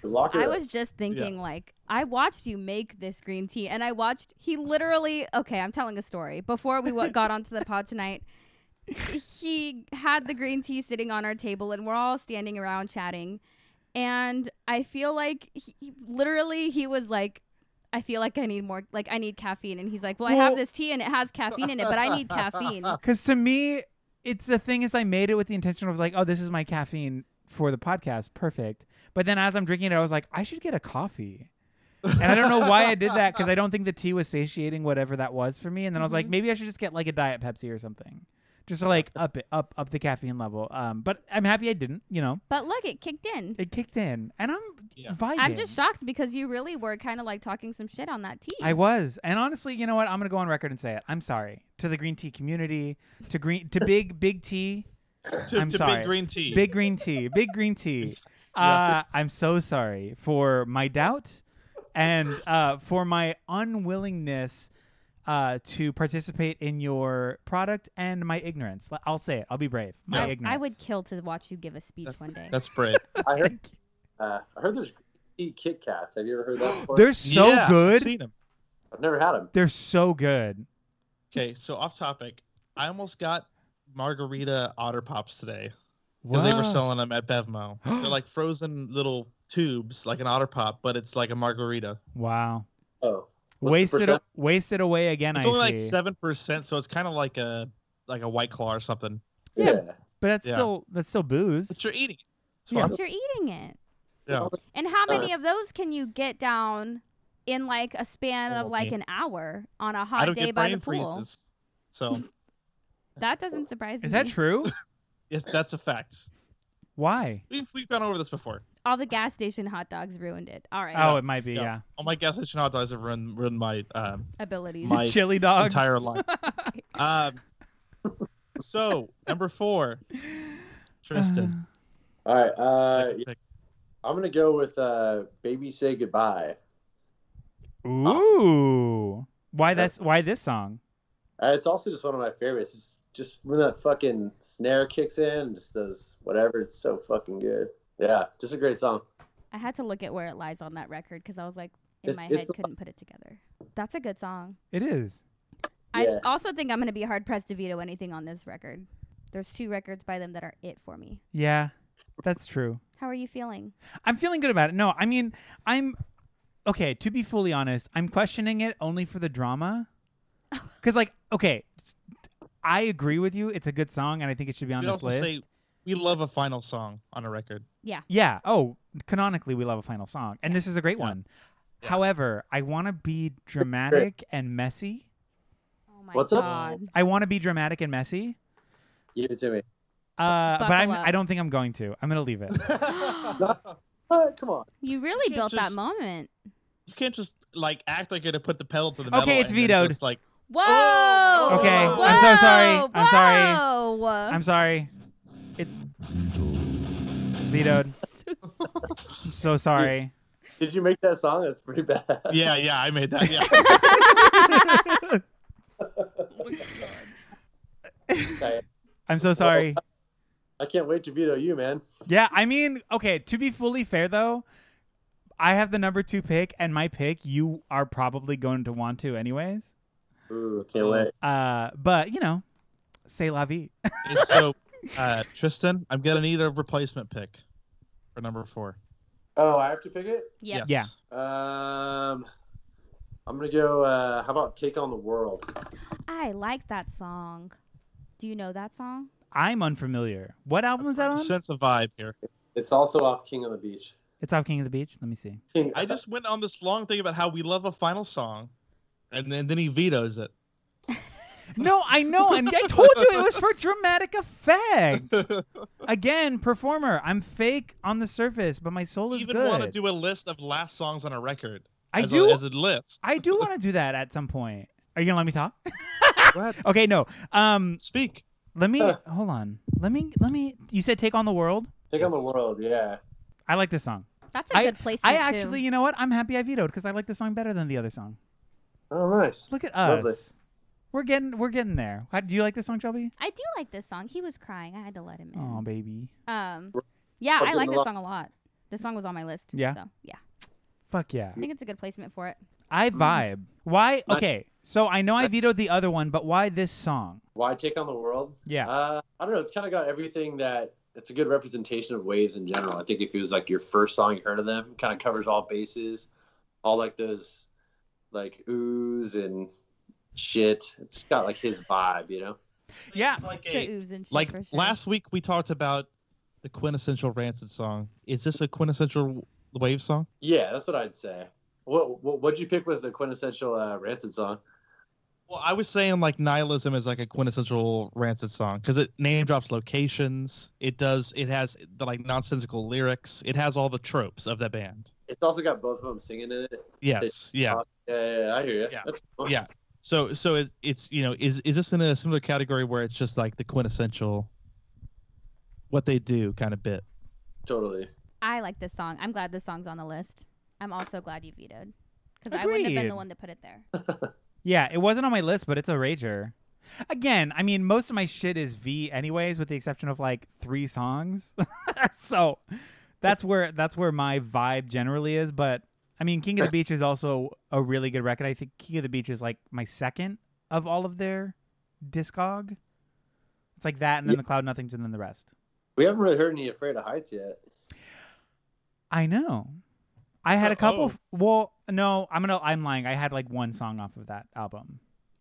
lock it
I
up.
was just thinking, like, I watched you make this green tea, and I watched he literally. Okay, I'm telling a story. Before we wa- got onto the pod tonight, he had the green tea sitting on our table, and we're all standing around chatting. And I feel like he, he- literally he was like, I feel like I need more, like I need caffeine. And he's like, Well, I
Well-
have this tea and it has caffeine in it, but I need caffeine.
Because to me, it's the thing is I made it with the intention of like, oh, this is my caffeine for the podcast, perfect. But then as I'm drinking it, I was like, I should get a coffee. And I don't know why I did that because I don't think the tea was satiating whatever that was for me. And then I was like,
Mhm.
maybe I should just get like a diet Pepsi or something, just to like up it, up up the caffeine level. Um, but I'm happy I didn't. You know,
But look, it kicked in.
it kicked in, and I'm
Yeah.
vibing.
I'm just shocked because you really were kind of like talking some shit on that tea.
I was, and honestly, you know what? I'm gonna go on record and say it. I'm sorry to the green tea community, to green, to big big tea.
to,
I'm
to
sorry.
big green tea.
Big green tea. Big green tea. Uh,
Yeah.
I'm so sorry for my doubt and uh, for my unwillingness uh, to participate in your product and my ignorance. L- I'll say it. I'll be brave. My
Yeah.
I,
ignorance.
I would kill to watch you give a speech one day.
That's brave.
I heard,
Thank you.
uh, I heard there's green tea Kit Kats. Have you ever heard that before?
They're so
Yeah, I've
good.
seen 'em.
I've never had them.
They're so good.
Okay, so off topic. I almost got margarita otter pops today
Wow.
because they were selling them at Bevmo. They're like frozen little tubes, like an otter pop, but it's like a margarita.
wow.
Oh, What's the
Wasted,
percent?
wasted away again.
It's
I
only like
see.
seven percent, so it's kind of like a like a white claw or something.
Yeah.
yeah.
but that's
Yeah.
still that's still booze.
But you're eating. it. It's
Yeah.
fine.
But you're eating it.
Yeah.
And how
Uh.
many of those can you get down in like a span of
Oh,
like
man.
an hour on a
I
hot
don't
day
get
by the
brain
pool?
freezes. So
That doesn't surprise me.
Is that true?
yes, that's a fact.
Why?
We've we've gone over this before.
All the gas station hot dogs ruined it. All right.
Oh, it might be.
Yeah.
Yeah.
All my gas station hot dogs have ruined, ruined my um,
Abilities.
My
Chili dogs.
entire life. um, so number four, Tristan.
All right. Uh,
second pick.
I'm gonna go with uh, "Baby Say Goodbye."
Oh.
Ooh. Why that's why this song?
Uh, it's also just one of my favorites. It's just when that fucking snare kicks in, just those whatever. It's so fucking good. Yeah, just a great song.
I had to look at where it lies on that record because I was like, in
It's-
my
it's
head, couldn't put it together. That's a good song.
It is.
Yeah.
I also think I'm going to be hard pressed to veto anything on this record. There's two records by them that are it for me.
Yeah, that's true.
How are you feeling?
I'm feeling good about it. No, I mean, I'm okay. To be fully honest, I'm questioning it only for the drama. Because, like, okay, I agree with you. It's a good song, and I think it should be on
We
this
also
list.
say we love a final song on a record.
Yeah. Oh, canonically, we love a final song, and this is a great
Yeah.
one.
Yeah.
However, I want to be dramatic and messy.
Oh my
What's up?
god.
I want to be dramatic and messy,
Give it to me.
uh, but
Buckle
I'm,
up.
I don't think I'm going to. I'm going to leave it.
Uh, come on.
You really
can't
built that
just-
moment.
you can't just like act like you're gonna put the pedal to the metal.
Okay, it's
and then
vetoed.
Just, like
Whoa.
Oh,
Okay,
Whoa.
I'm so sorry. I'm sorry.
Whoa.
I'm sorry. It, it's vetoed. I'm so sorry.
Did you make that song? That's pretty bad.
yeah, yeah, I made that. Yeah.
Okay.
I'm so sorry.
I can't wait to veto you, man.
Yeah, I mean, okay, to be fully fair though, I have the number two pick, and my pick, you are probably going to want to anyways.
Ooh, can't wait.
Uh, but you know, say la vie.
And so, uh, Tristan, I'm gonna need a replacement pick for number four.
Oh, I have to pick it?
Yep.
Yeah.
Yes.
Um, I'm going to go, uh, how about Take on the World?
I like that song. Do you know that song?
I'm unfamiliar. What album is that on?
Sense of vibe here.
It's also off King of the Beach.
It's off King of the Beach. Let me see.
King-
I just went on this long thing about how we love a final song, and then, then he vetoes it.
No, I know. I'm, I told you it was for dramatic effect. Again, performer. I'm fake on the surface, but my soul
You
is
even
good.
want to do a list of last songs on a record.
I
as
do.
A,
I
as a list.
do want to do that at some point. Are you gonna let me talk?
Go ahead.
Okay, no. Um,
Speak.
let me hold on. Let me. Let me. You said take on the world.
Take on the World, yeah.
I like this song.
That's a
I-
good placement.
I
too.
actually, you know what? I'm happy I vetoed because I like this song better than the other song.
Oh, nice.
Look at us.
Lovely.
We're getting we're getting there. How, do you like this song, Shelby?
I do like this song. He was crying. I had to let him in.
Mm.
Oh, baby.
Um, yeah, I
Something
like
a
this
lot-
song a lot. This song was on my list.
Yeah?
So yeah,
Fuck yeah.
I think it's a good placement for it.
I
Mm.
vibe. Why?
My-
Okay. So I know I vetoed the other one, but why this song?
Why Take on the World?
Yeah.
Uh, I don't know. It's kind of got everything that it's a good representation of waves in general. I think if it was like your first song you heard of them, kind of covers all bases, all like those like oohs and shit. It's got like his vibe, you know.
Yeah.
It's like
The
a,
oohs and shit
like
for sure.
last week we talked about the quintessential Rancid song. Is this a quintessential Wave song?
Yeah, that's what I'd say. What what what'd you pick was the quintessential uh, Rancid song?
Well, I was saying like nihilism is like a quintessential Rancid song because it name drops locations. It does. It has the like nonsensical lyrics. It has all the tropes of that band.
It's also got both of them singing in it.
Yes. Yeah.
Yeah, yeah, yeah, I hear you.
Yeah.
That's cool.
Yeah. So so it, it's you know is is this in a similar category where it's just like the quintessential what they do kind of bit?
totally.
I like this song. I'm glad this song's on the list. I'm also glad you vetoed because I wouldn't have been
Agreed.
the one to put it there.
Yeah, it wasn't on my list, but it's a rager. Again, I mean, most of my shit is V anyways, with the exception of like three songs. so that's where that's where my vibe generally is. But I mean, King of the Beach is also a really good record. I think King of the Beach is like my second of all of their discog. It's like that, and then the Cloud Nothings, and then the rest.
We haven't really heard any Afraid of Heights yet.
I know. I had a couple.
Uh-oh.
f- Well, no, I'm gonna. I'm lying. I had like one song off of that album.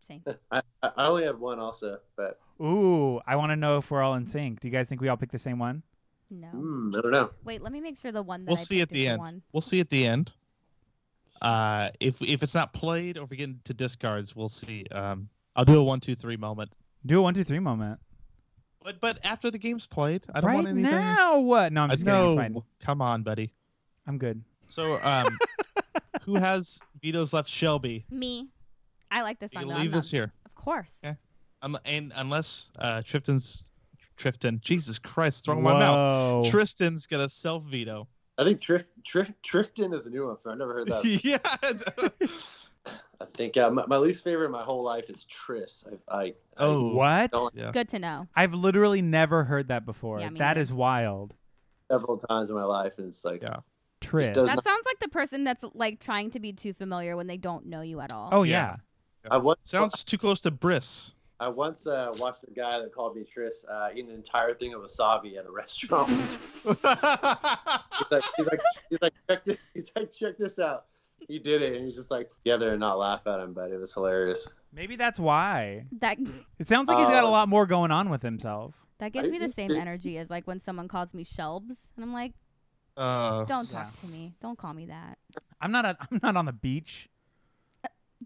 Same.
I, I I only had one also, but
Ooh, I want to know if we're all in sync. Do you guys think we all pick the same one?
No.
hmm, I don't know.
Wait, let me make sure the one that
we'll
I
see at
picked is
the end.
One.
We'll see at the end. Uh, if if it's not played or if we get into discards, we'll see. Um, I'll do a one two three moment.
Do a one, two, three moment.
But but after the game's played, I don't
right
want anything.
now, what? No, I'm
I
just kidding. It's fine.
know. Come on, buddy.
I'm good.
So um, who has vetoes left? Shelby.
Me. I like this song.
You can
though. I'm
leave
not-
this here.
Of course.
Yeah. Um, and unless uh, Trifton's Trifton, Jesus Christ, throwing my
Whoa.
mouth. Tristan's gonna self veto.
I think Tri- Tri- Trifton is a new one. For, I've never heard that.
yeah.
I think uh, my, my least favorite in my whole life is Tris. I, I,
Oh.
I,
What?
Don't-
yeah.
Good to know.
I've literally never heard that before.
Yeah, me
that
neither.
is wild.
several times in my life, and it's like,
Yeah.
Tris.
does-
That sounds like the person that's like trying to be too familiar when they don't know you at all.
Oh yeah.
Yeah.
I once
Sounds too close to Briss.
I once uh, watched a guy that called me Tris uh, eat an entire thing of wasabi at a restaurant. he's, like, he's, like, he's like, check this, he's like, check this out. He did it, and he's just like, yeah, they're not laugh at him, but it was hilarious.
Maybe that's why.
That
It sounds like he's got a
Uh,
lot more going on with himself.
that gives me the same
Right.
energy as like when someone calls me Shelbs, and I'm like,
Uh,
don't talk to me, don't call me that.
I'm not. A, I'm not on the beach.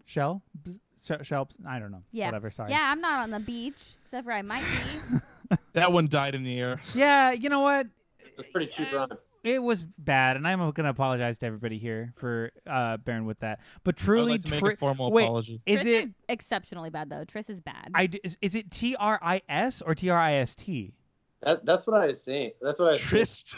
Shell, B- Sh- Shelps. I don't know.
Yeah.
Whatever. Sorry.
Yeah, I'm not on the beach, except for I might be.
that one died in the air.
Yeah. You know what? Uh,
It's pretty cheap
Yeah.
run.
It was bad, and I'm gonna apologize to everybody here for uh, bearing with that. But
I'd
truly,
like to make
tri-
a formal
wait,
apology.
is
Tris
it?
exceptionally bad though? Tris is bad.
I d- is, is it T R I S or T R I S T?
That, that's what I was saying. That's what I.
Trist.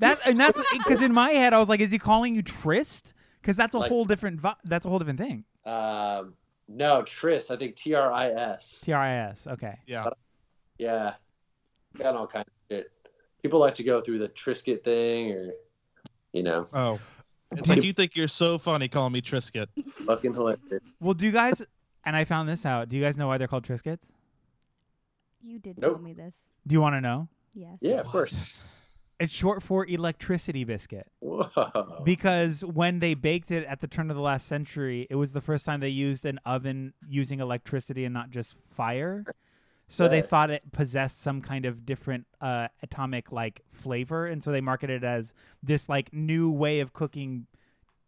That and that's because in my head I was like, is he calling you Trist? Because that's a
Like-
whole different. Vi- that's a whole different thing.
Um, no, Tris. I think T R I S.
T R I S. Okay.
Yeah.
Yeah, got all kinds of shit. People like to go through the Trisket thing, or you know,
Oh. It's like you think you're so funny calling me Trisket.
fucking hilarious.
Well, do you guys? And I found this out. Do you guys know why they're called Triscuits?
you did
Nope.
tell me this.
Do you want to know?
Yes.
Yeah, of course.
It's short for electricity biscuit
Whoa.
because when they baked it at the turn of the last century, it was the first time they used an oven using electricity and not just fire. So they
Right.
thought it possessed some kind of different uh, atomic like flavor, and so they marketed it as this like new way of cooking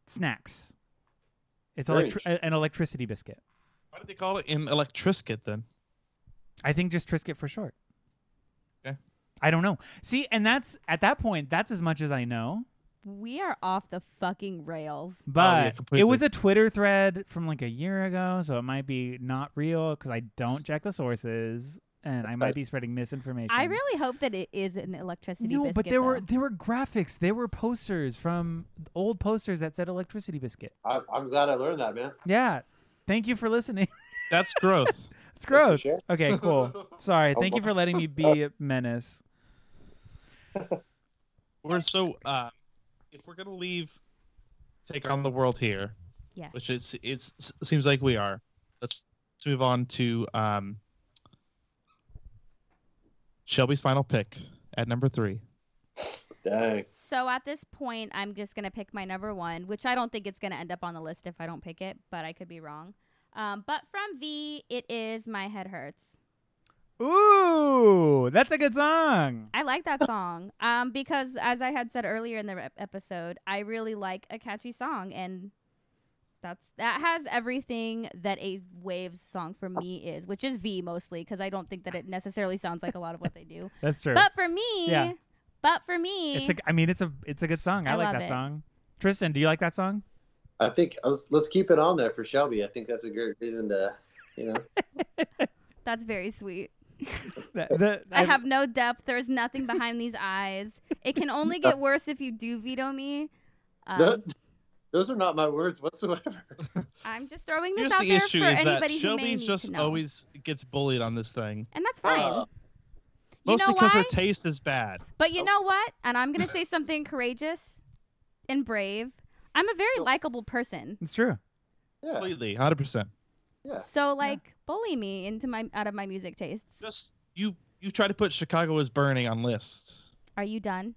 snacks. It's electri-
Strange.
an electricity biscuit.
Why did they call it an electrisket then?
I think just Trisket for short.
Okay.
I don't know. See, and that's at that point, that's as much as I know.
We are off the fucking rails.
yeah,
But it was a Twitter thread from like a year ago, so it might be not real because I don't check the sources and I might be spreading misinformation.
I really hope that it is an electricity
no,
biscuit.
but there were
though.
there were graphics, there were posters from old posters that said electricity biscuit.
I, I'm glad I learned that, man.
Yeah. Thank you for listening.
That's growth.
it's gross.
Sure.
Okay, cool. Sorry.
Oh,
Thank you
wow.
for letting me be a menace.
We're so uh, if we're gonna leave, take on the world here,
yes.
which it's it's seems like we are. Let's, let's move on to um, Shelby's final pick at number three.
Dang.
So at this point, I'm just gonna pick my number one, which I don't think it's gonna end up on the list if I don't pick it, but I could be wrong. Um, but from V, it is my head hurts.
Ooh, that's a good song.
I like that song um, because, as I had said earlier in the rep- episode, I really like a catchy song, and that's that has everything that a Waves song for me is, which is V mostly because I don't think that it necessarily sounds like a lot of what they do.
That's true.
But for me,
Yeah.
but for me,
It's a, I mean, it's a, it's a good song. I,
I
like
love
that
it.
song. Tristan, do you like that song?
I think uh, let's, let's keep it on there for Shelby. I think that's a great reason to, you know.
that's very sweet.
The- the-
I have no depth. There's nothing behind these eyes. It can only get worse if you do veto me. Um,
Those are not my words whatsoever.
I'm just throwing this
Here's
out
the
there
issue:
for
is that
anybody who may
Shelby
need to
just
know.
always gets bullied on this thing,
and that's fine.
Uh,
you
mostly
know
because
why?
her Oh. taste is bad.
But you know what? And I'm going to say something courageous and brave. I'm a very likable person.
It's true.
Yeah,
Completely, hundred percent.
yeah.
So like bully me into my out of my music tastes.
Just you you try to put Chicago is burning on lists.
Are you done?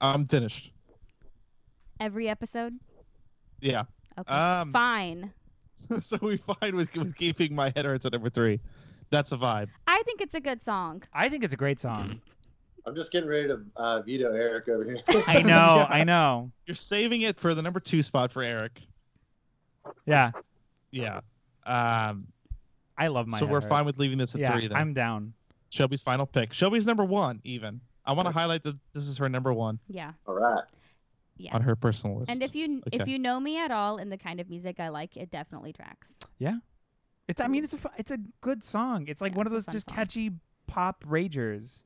I'm finished.
Every episode?
Yeah.
Okay.
Um.
Fine.
so we fine with, with keeping my head hurts at number three. That's a vibe.
I think it's a good song.
I think it's a great song.
I'm just getting ready to uh, veto Eric over here.
I know.
Yeah.
I know.
You're saving it for the number two spot for Eric.
Yeah.
Yeah. Um.
I love my.
so
Head
we're fine
Hurts.
with leaving this at
Yeah,
three. Then
I'm down.
Shelby's final pick. Shelby's number one. Even I want to highlight that this is her number one
Yeah.
All right.
Yeah.
on her personal list.
And if you if
Okay.
you know me at all and the kind of music I like, it definitely tracks.
It's. I mean, it's a. fu- It's a good song. It's like
Yeah,
one of
it's
those
a fun
just
song.
catchy pop ragers.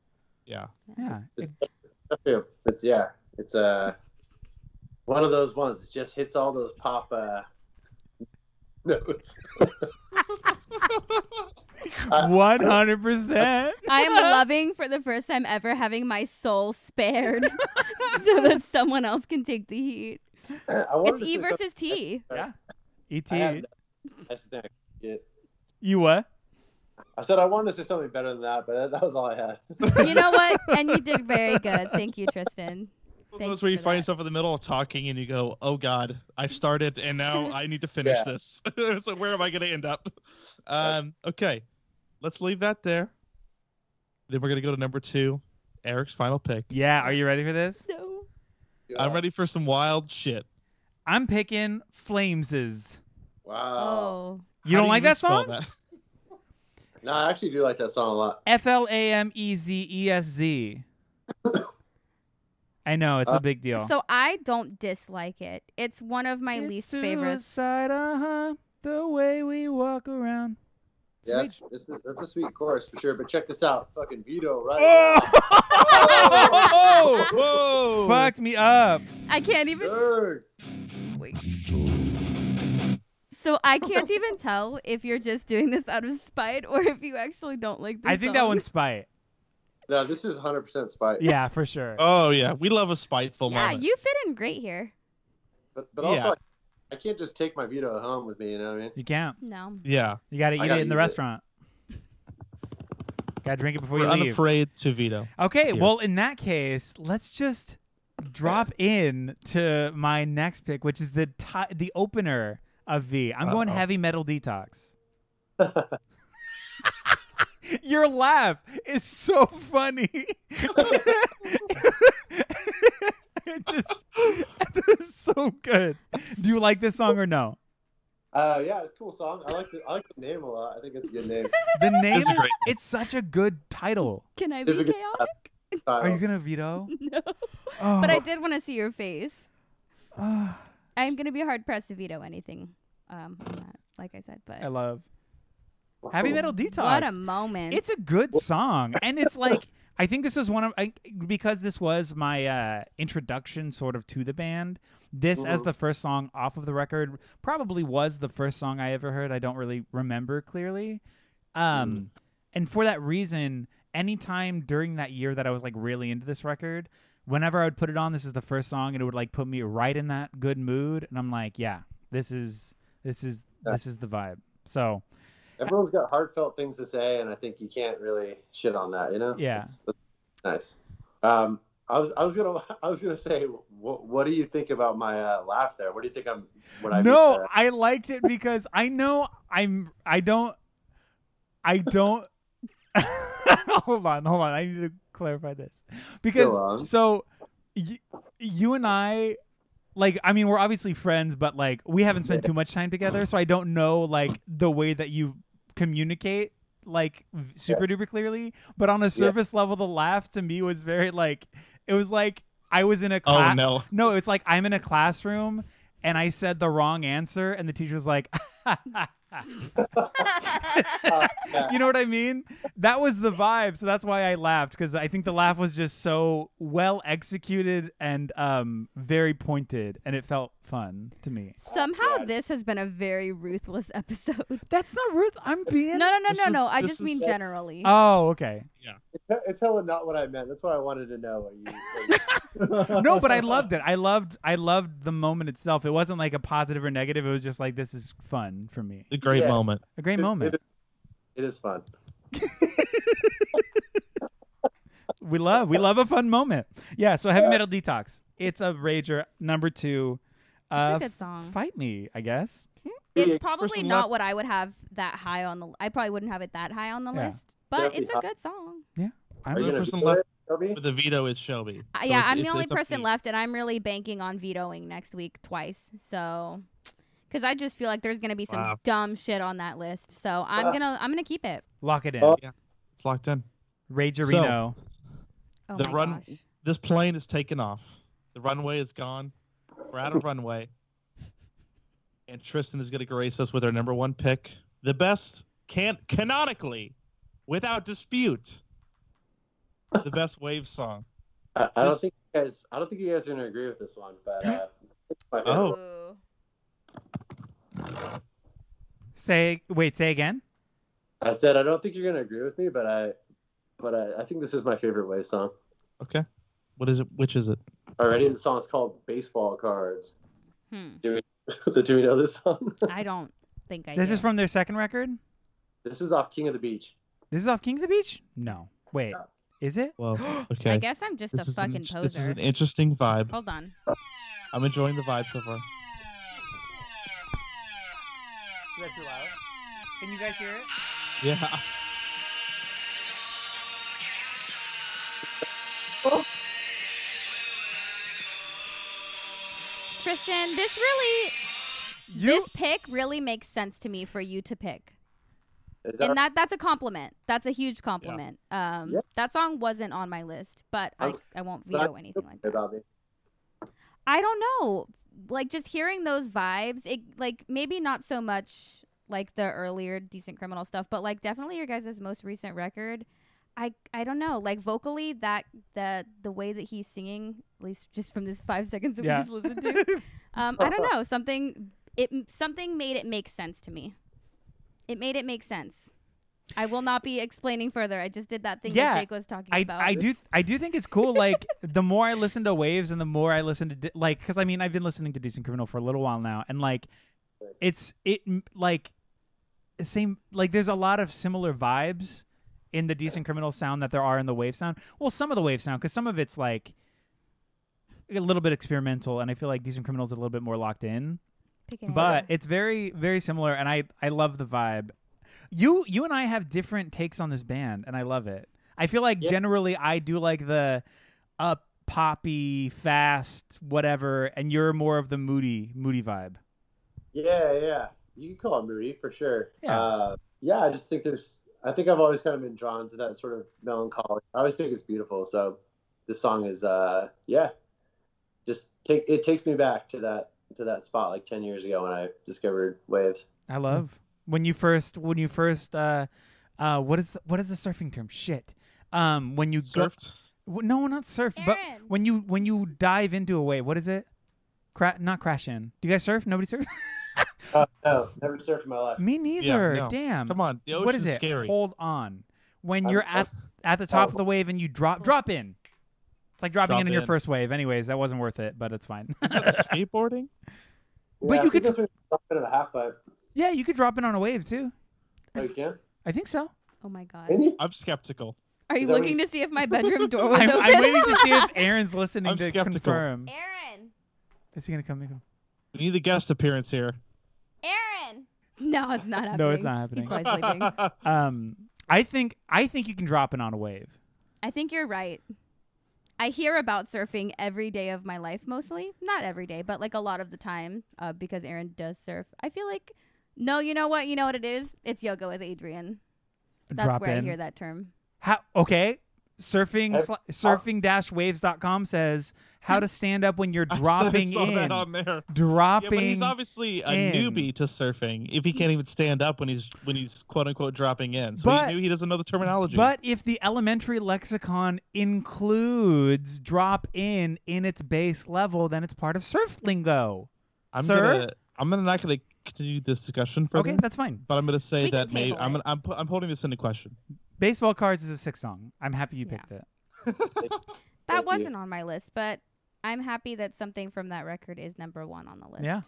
yeah.
Yeah. It-
It's yeah. It's uh one of those ones. It just hits all those pop uh notes.
100%.
I am loving for the first time ever having my soul spared so that someone else can take the heat.
I wanted
It's
to
E
say something.
versus T.
yeah.
I
E.T.
had- That's the thing. Yeah.
E You uh, what?
I said I wanted to say something better than that, but that, that was all I had.
You know what? And you did very good. Thank you, Tristan. Thank
That's
you
where you
for
find
that.
yourself in the middle of talking and you go, "Oh God, I've started and now I need to finish this. so where am I going to end up?" Um, okay, let's leave that there. Then we're going to go to number two, Eric's final pick.
Yeah, are you ready for this?
No.
I'm ready for some wild shit.
I'm picking Flameses.
Wow.
Oh.
You
How
don't
do
like
even
that
spell
song?
that?
No, I actually do like that song a lot.
F L A M E Z E S Z. I know it's
Uh,
a big deal.
So I don't dislike it. It's one of my
It's
least
suicide,
favorites.
uh-huh, the way we walk around.
Yeah,
Sweet.
it's, it's a, that's a sweet chorus for sure. But check this out, fucking Vito, right?
Oh!
Whoa!
Fucked me up.
I can't even.
Nerd.
So I can't even tell if you're just doing this out of spite or if you actually don't like this.
I think that one's spite.
No, this is 100% spite.
Yeah, for sure.
Oh yeah, we love a spiteful
Yeah,
moment.
you fit in great here.
But, but also,
Yeah.
I, I can't just take my Vito home with me, you know what I mean?
You can't.
No.
yeah,
You gotta eat
I gotta
it in the
use it.
restaurant. gotta drink it before
we're
you leave.
unafraid to veto.
Okay,
Here.
well, in that case, let's just drop in to my next pick, which is the ti- the opener of V. I'm going
Uh-oh.
heavy metal detox. Your laugh is so funny. it just this is so good. Do you like this song or no?
Uh, yeah, it's a cool song. I like the I like the name a lot. I think it's a good name.
The name
It's
is,
great.
it's such a good title.
Can I be
It's a good-
chaotic?
Are you gonna veto?
No.
Oh,
But I did want to see your face.
ah,
I'm gonna be hard pressed to veto anything. Um, on that, like I said, but
I love heavy metal detox.
what a moment!
It's a good song, and it's like I think this is one of I, because this was my uh, introduction sort of to the band. This as
Mhm.
the first song off of the record probably was the first song I ever heard. I don't really remember clearly, um, and for that reason, anytime during that year that I was like really into this record, whenever I would put it on, this is the first song, and it would like put me right in that good mood, and I'm like, yeah, this is this is
Yeah.
this is the vibe. So
Everyone's got heartfelt things to say, and I think you can't really shit on that, you know?
Yeah.
It's- it's nice. Um, I was I was gonna I was gonna say, what, what do you think about my uh, laugh there? What do you think I'm? What I
no,
did there?
I liked it because I know I'm. I don't. I don't. hold on, hold on. I need to clarify this
Go on.
because so y- you and I, like, I mean, we're obviously friends, but like, we haven't spent too much time together, so I don't know like the way that you communicate like v- super duper clearly. But on a surface level, the laugh to me was very like it was like I was in a
Oh
class.
no.
No, it's like I'm in a classroom and I said the wrong answer, and the teacher's like,
Uh, yeah.
you know what I mean? That was the vibe, so that's why I laughed because I think the laugh was just so well executed and um, very pointed, and it felt fun to me.
Somehow
God.
this has been a very ruthless episode.
That's not Ruth. I'm
No,
being.
no, no,
This
no,
is-
no. I
this
just
is
mean
so-
generally.
Oh, okay.
It's hella not what I meant. That's why I wanted to know. What you,
No, but I loved it. I loved. I loved the moment itself. It wasn't like a positive or negative. It was just like this is fun for me.
The great
Yeah.
moment.
A great moment.
It is fun.
We love we love a fun moment. Yeah, so heavy metal detox. It's a rager number two.
it's
Uh,
a good song.
Fight me, I guess.
It's
Person
probably
left-
not what I would have that high on the. I probably wouldn't have it that high on the
Yeah.
list, but
Definitely
it's a
high.
good song.
I'm
Are you
the
gonna
person
do
left-
it, Toby?
But the veto is Shelby.
Uh,
So
yeah,
it's-
I'm
it's-
the only
it's up to
person
you.
left, and I'm really banking on vetoing next week twice. So, because I just feel like there's gonna be some
Wow.
dumb shit on that list, so I'm
Wow.
gonna I'm gonna keep it.
Lock it in.
Oh.
It's locked in.
Ragerino.
Oh
The
my
run-
gosh.
This plane is taken off. The runway is gone. We're out of runway. And Tristan is going to grace us with our number one pick. The best, can canonically, without dispute, the best wave song.
I, I don't
This-
think you guys. I don't think you guys are gonna agree with this one, but uh, it's my favorite.
Oh.
Ooh.
say wait, say again.
I said I don't think you're gonna agree with me, but I, but I, I think this is my favorite wave song.
Okay. What is it? Which is it?
Already, the song's called "Baseball Cards."
Hmm.
Do we know this song?
I don't think I.
This
do.
is from their second record.
This is off King of the Beach.
This is off King of the Beach? No. Wait. Is it?
Well, okay.
I guess I'm just
this
a
is an
fucking
int-
poser. Oh.
This is an interesting vibe.
Hold on.
I'm enjoying the vibe so far.
Is that too loud? Can you guys hear it?
Yeah.
Tristan, this really
You
this pick really makes sense to me for you to pick.
Is that
And that that's a compliment. That's a huge compliment. Um
Yeah.
that song wasn't on my list, but I,
Okay.
I won't
But I-
veto anything like that.
about me?
I don't know. Like just hearing those vibes, it like maybe not so much like the earlier decent criminal stuff, but like definitely your guys' most recent record. I I don't know. Like vocally that the the way that he's singing, at least just from this five seconds that
Yeah.
we just listened to. um, I don't know. Something it something made it make sense to me. It made it make sense. I will not be explaining further. I just did that thing
Yeah,
that Jake was talking
I,
about.
I do I do think it's cool. Like the more I listen to Waves and the more I listen to di- like because I mean I've been listening to Decent Criminal for a little while now, and like it's it m- like same like there's a lot of similar vibes in the Decent Criminal sound that there are in the Wave sound. Well, some of the Wave sound because some of it's like a little bit experimental, and I feel like Decent Criminal's a little bit more locked in
Picking it
but
up.
it's very very similar and i i love the vibe you you and i have different takes on this band and i love it i feel like
Yeah.
generally i do like the up poppy fast whatever and you're more of the moody moody vibe
Yeah, yeah. You can call it moody for sure.
Yeah.
Uh, yeah, I just think there's. I think I've always kind of been drawn to that sort of melancholy. I always think it's beautiful. So this song is, uh, yeah, just take it takes me back to that to that spot like ten years ago when I discovered Waves.
i love Mm. when you first when you first uh uh what is the, what is the surfing term shit um when you go-
Surfed.
w- no not surfed but
Aaron.
when you when you dive into a wave what is it Cra- not crash in do you guys surf nobody surfs
Oh, no, never surfed in my life.
me neither
no.
damn
Come on, the ocean's
what is it?
scary.
Hold on. When
I'm-
you're at at the top of
Oh.
the wave and you drop drop in. It's like dropping
Drop
in on your
in.
first wave. Anyways, that wasn't worth it, but it's fine.
Is that skateboarding?
But you
Yeah, I think
could-
that's when you drop it in a half pipe.
yeah, you could drop in on a wave too.
Oh, you can.
I think so.
Oh my god.
Can you?
I'm skeptical.
Are you
that what
looking
you-
to see if my bedroom door was
I'm,
open?
I'm waiting to see if Aaron's listening
I'm
to
skeptical.
confirm.
Aaron!
Is he gonna come? Nico?
We need a guest appearance here.
Aaron!
No, it's not happening.
No, it's not happening.
He's probably sleeping.
Um, I think I think you can drop in on a wave.
I think you're right. I hear about surfing every day of my life, mostly. Not every day, but like a lot of the time uh, because Aaron does surf. I feel like, no, you know what? You know what it is? It's yoga with Adrian. That's
drop
where
in.
I hear that term.
How, okay. Surfing
I-
uh,
sli- surfing-waves.com says how to stand up when you're
I saw-
dropping
I saw
in.
that on there. Yeah,
dropping
but he's obviously a
in.
newbie to surfing if he can't even stand up when he's when he's quote unquote dropping in. So
But-
he knew he doesn't know the terminology.
But if the elementary lexicon includes drop in in its base level, then it's part of surf lingo.
I'm
sir?
gonna I'm gonna not gonna continue this discussion further.
Okay, that's fine.
But I'm gonna say
We can
that maybe
table
I'm
it.
gonna, I'm pu- I'm holding this into question.
Baseball cards is a six song. I'm happy you
Yeah.
picked it.
That
Thank you.
wasn't on my list, but I'm happy that something from that record is number one on the list.
Yeah.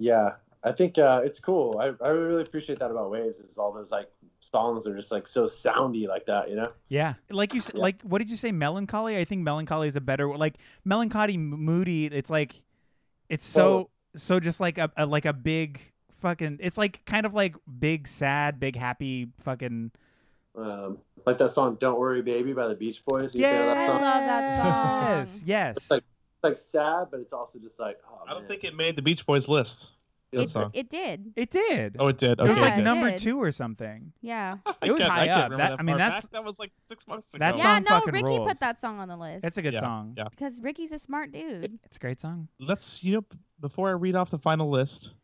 Yeah, I think uh, it's cool. I, I really appreciate that about Waves is all those like songs that are just like so soundy like that. You know.
Yeah, like you s
Yeah.
like what did you say? Melancholy. I think melancholy is a better like melancholy, m- moody. It's like it's so
Well-
so just like a, a like a big fucking. It's like kind of like big sad, big happy fucking.
um, like that song "Don't Worry Baby" by the Beach Boys. You hear that
I
song?
love that
Yes,
song.
Yes.
It's like it's like sad, but it's also just like oh,
I don't
man.
think it made the Beach Boys list.
Good
It,
That's song.
it did.
it did.
Oh, it did.
It
Okay,
was
Yeah,
it
like
did.
number
did.
two or something.
Yeah.
It was
I can't-
high
I can't
up.
remember
That- I mean,
far
that's-
back. that was like six months ago.
That
yeah,
song
no,
fucking
Ricky
rules.
put that song on the list.
That's a good
Yeah,
song.
yeah.
because Ricky's a smart dude.
It's a great song.
Let's you know b- before I read off the final list,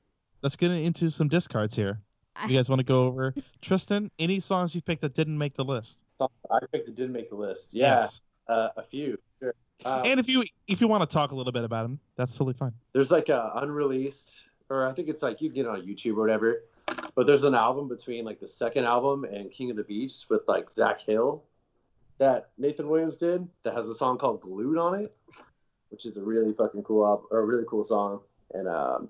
let's get into some discards here.
I-
You guys want to go over Tristan? Any songs you picked that didn't make the list?
I picked that didn't make the list. Yeah,
Yes.
uh, a few. Sure. Uh,
and if you if you want to talk a little bit about him, that's totally fine.
there's like a unreleased, or I think it's like you can get it on YouTube or whatever. But there's an album between like the second album and King of the Beach with like Zach Hill that Nathan Williams did that has a song called Glued on it, which is a really fucking cool album or a really cool song. And um,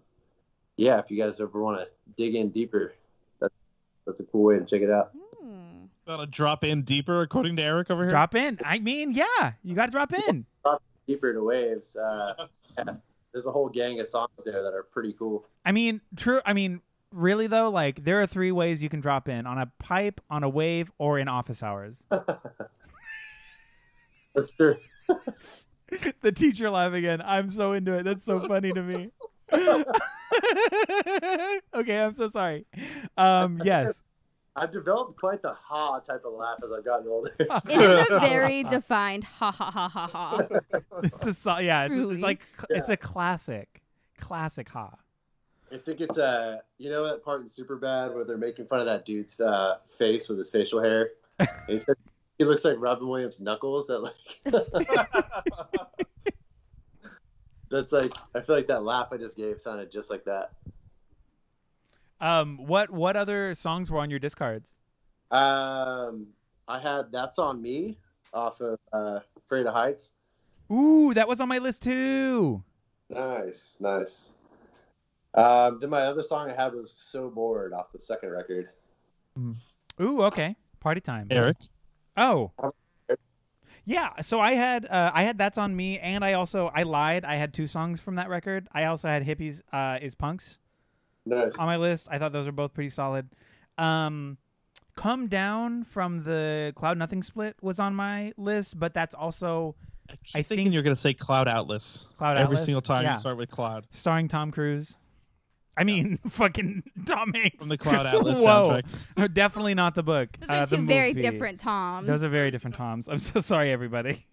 yeah, if you guys ever want to dig in deeper, that's a cool way to check it out.
Hmm.
Got to drop in deeper, according to Eric over here.
Drop in. I mean, yeah, you got to drop in.
Deeper to waves. Uh, yeah, there's a whole gang of songs there that are pretty cool.
I mean, true. I mean, really though, like there are three ways you can drop in: on a pipe, on a wave, or in office hours.
Uh.
That's true.
the teacher laugh again. I'm so into it. That's so funny to me. okay, I'm so sorry. Um, yes.
I've developed quite the ha type of laugh as I've gotten older.
It is a very defined ha ha ha ha ha.
Uh, it's a so- yeah. It's,
Truly.
it's like it's a classic, classic ha.
I think it's uh, you know that part in Superbad where they're making fun of that dude's uh, face with his facial hair. And he, said, he looks like Robin Williams' knuckles. That like, that's like I feel like that laugh I just gave sounded just like that.
Um, what what other songs were on your discards?
Um, I had that's on me off of uh, Afraid of Heights.
Ooh, that was on my list too.
Nice, nice. Um, then my other song I had was so bored off the second record.
Ooh, okay. Party time.
Eric.
Oh. Yeah, so I had uh, I had that's on me, and I also I lied. I had two songs from that record. I also had hippies uh, is punks
Nice.
on my list. I thought those were both pretty solid. Um, Come down from the cloud nothing split was on my list, but that's also
I keep
I
thinking
think-
you're gonna say Cloud Atlas
Cloud
every
Atlas.
single time
Yeah.
you start with Cloud
starring Tom Cruise. I mean, fucking Tom Hanks
from the Cloud Atlas
Whoa.
soundtrack.
Definitely not the book.
Those
uh,
are
the
two very
movie.
different Toms.
Those are very different Toms. I'm so sorry, everybody.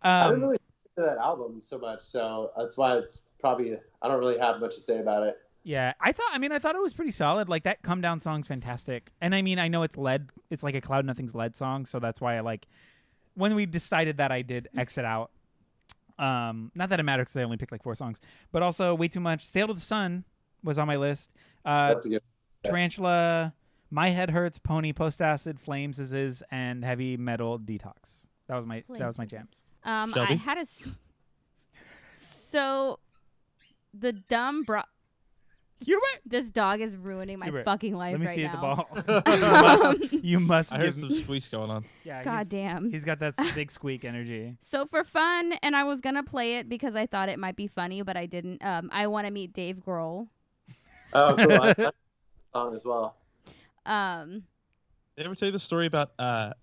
I didn't
Um,
really listen to that album so much, so that's why it's probably I don't really have much to say about it.
yeah, I thought. I mean, I thought it was pretty solid. Like that "Come Down" song's fantastic, and I mean, I know it's lead. It's like a Cloud Nothing's lead song, so that's why I like. When we decided that, I did exit out. Um, not that it matters because I only picked like four songs, but also way too much. "Sail to the Sun" was on my list. Uh,
That's a good.
Tarantula, My Head Hurts, Pony, Post Acid, Flames Is Is, and Heavy Metal Detox. That was my that was my
Flames Is
jams.
Um, I
Shelby?
had a. s- So, the dumb bro.
Hubert,
This dog is ruining my
Hubert,
fucking life
let me
right
see
now. Um,
the ball. you must, you must
I
give
heard some squeeze going on.
Yeah,
God
he's,
damn.
he's got that big squeak energy.
So for fun, and I was gonna play it because I thought it might be funny, but I didn't. Um, I want to meet Dave Grohl.
Oh, cool. I, I song as well.
Um,
Did I ever tell you the story about uh,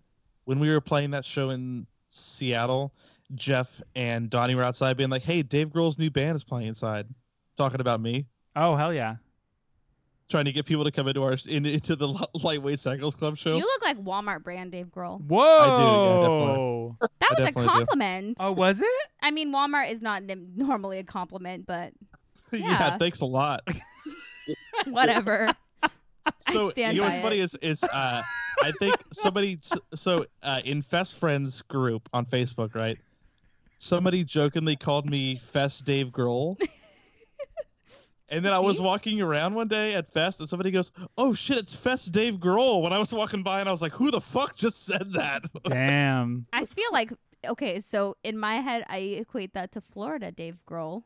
when we were playing that show in Seattle? Jeff and Donnie were outside being like, "Hey, Dave Grohl's new band is playing inside," talking about me,
Oh hell yeah!
trying to get people to come into our in, into the li- lightweight cycles club show.
you look like Walmart brand Dave Grohl.
Whoa!
That
I
was a
definitely do.
compliment.
oh, was it?
I mean, Walmart is not n- normally a compliment, but
yeah.
Yeah.
thanks a lot.
whatever.
So
stand
you know
by
what's funny
it.
is is uh, I think somebody s- so uh, in Fest Friends group on Facebook, right? Somebody jokingly called me Fest Dave Grohl. And then I was
See?
walking around one day at Fest, and somebody goes, "Oh shit, it's Fest Dave Grohl." When I was walking by, and I was like, "Who the fuck just said that?"
Damn.
I feel like okay, so in my head, I equate that to Florida Dave Grohl.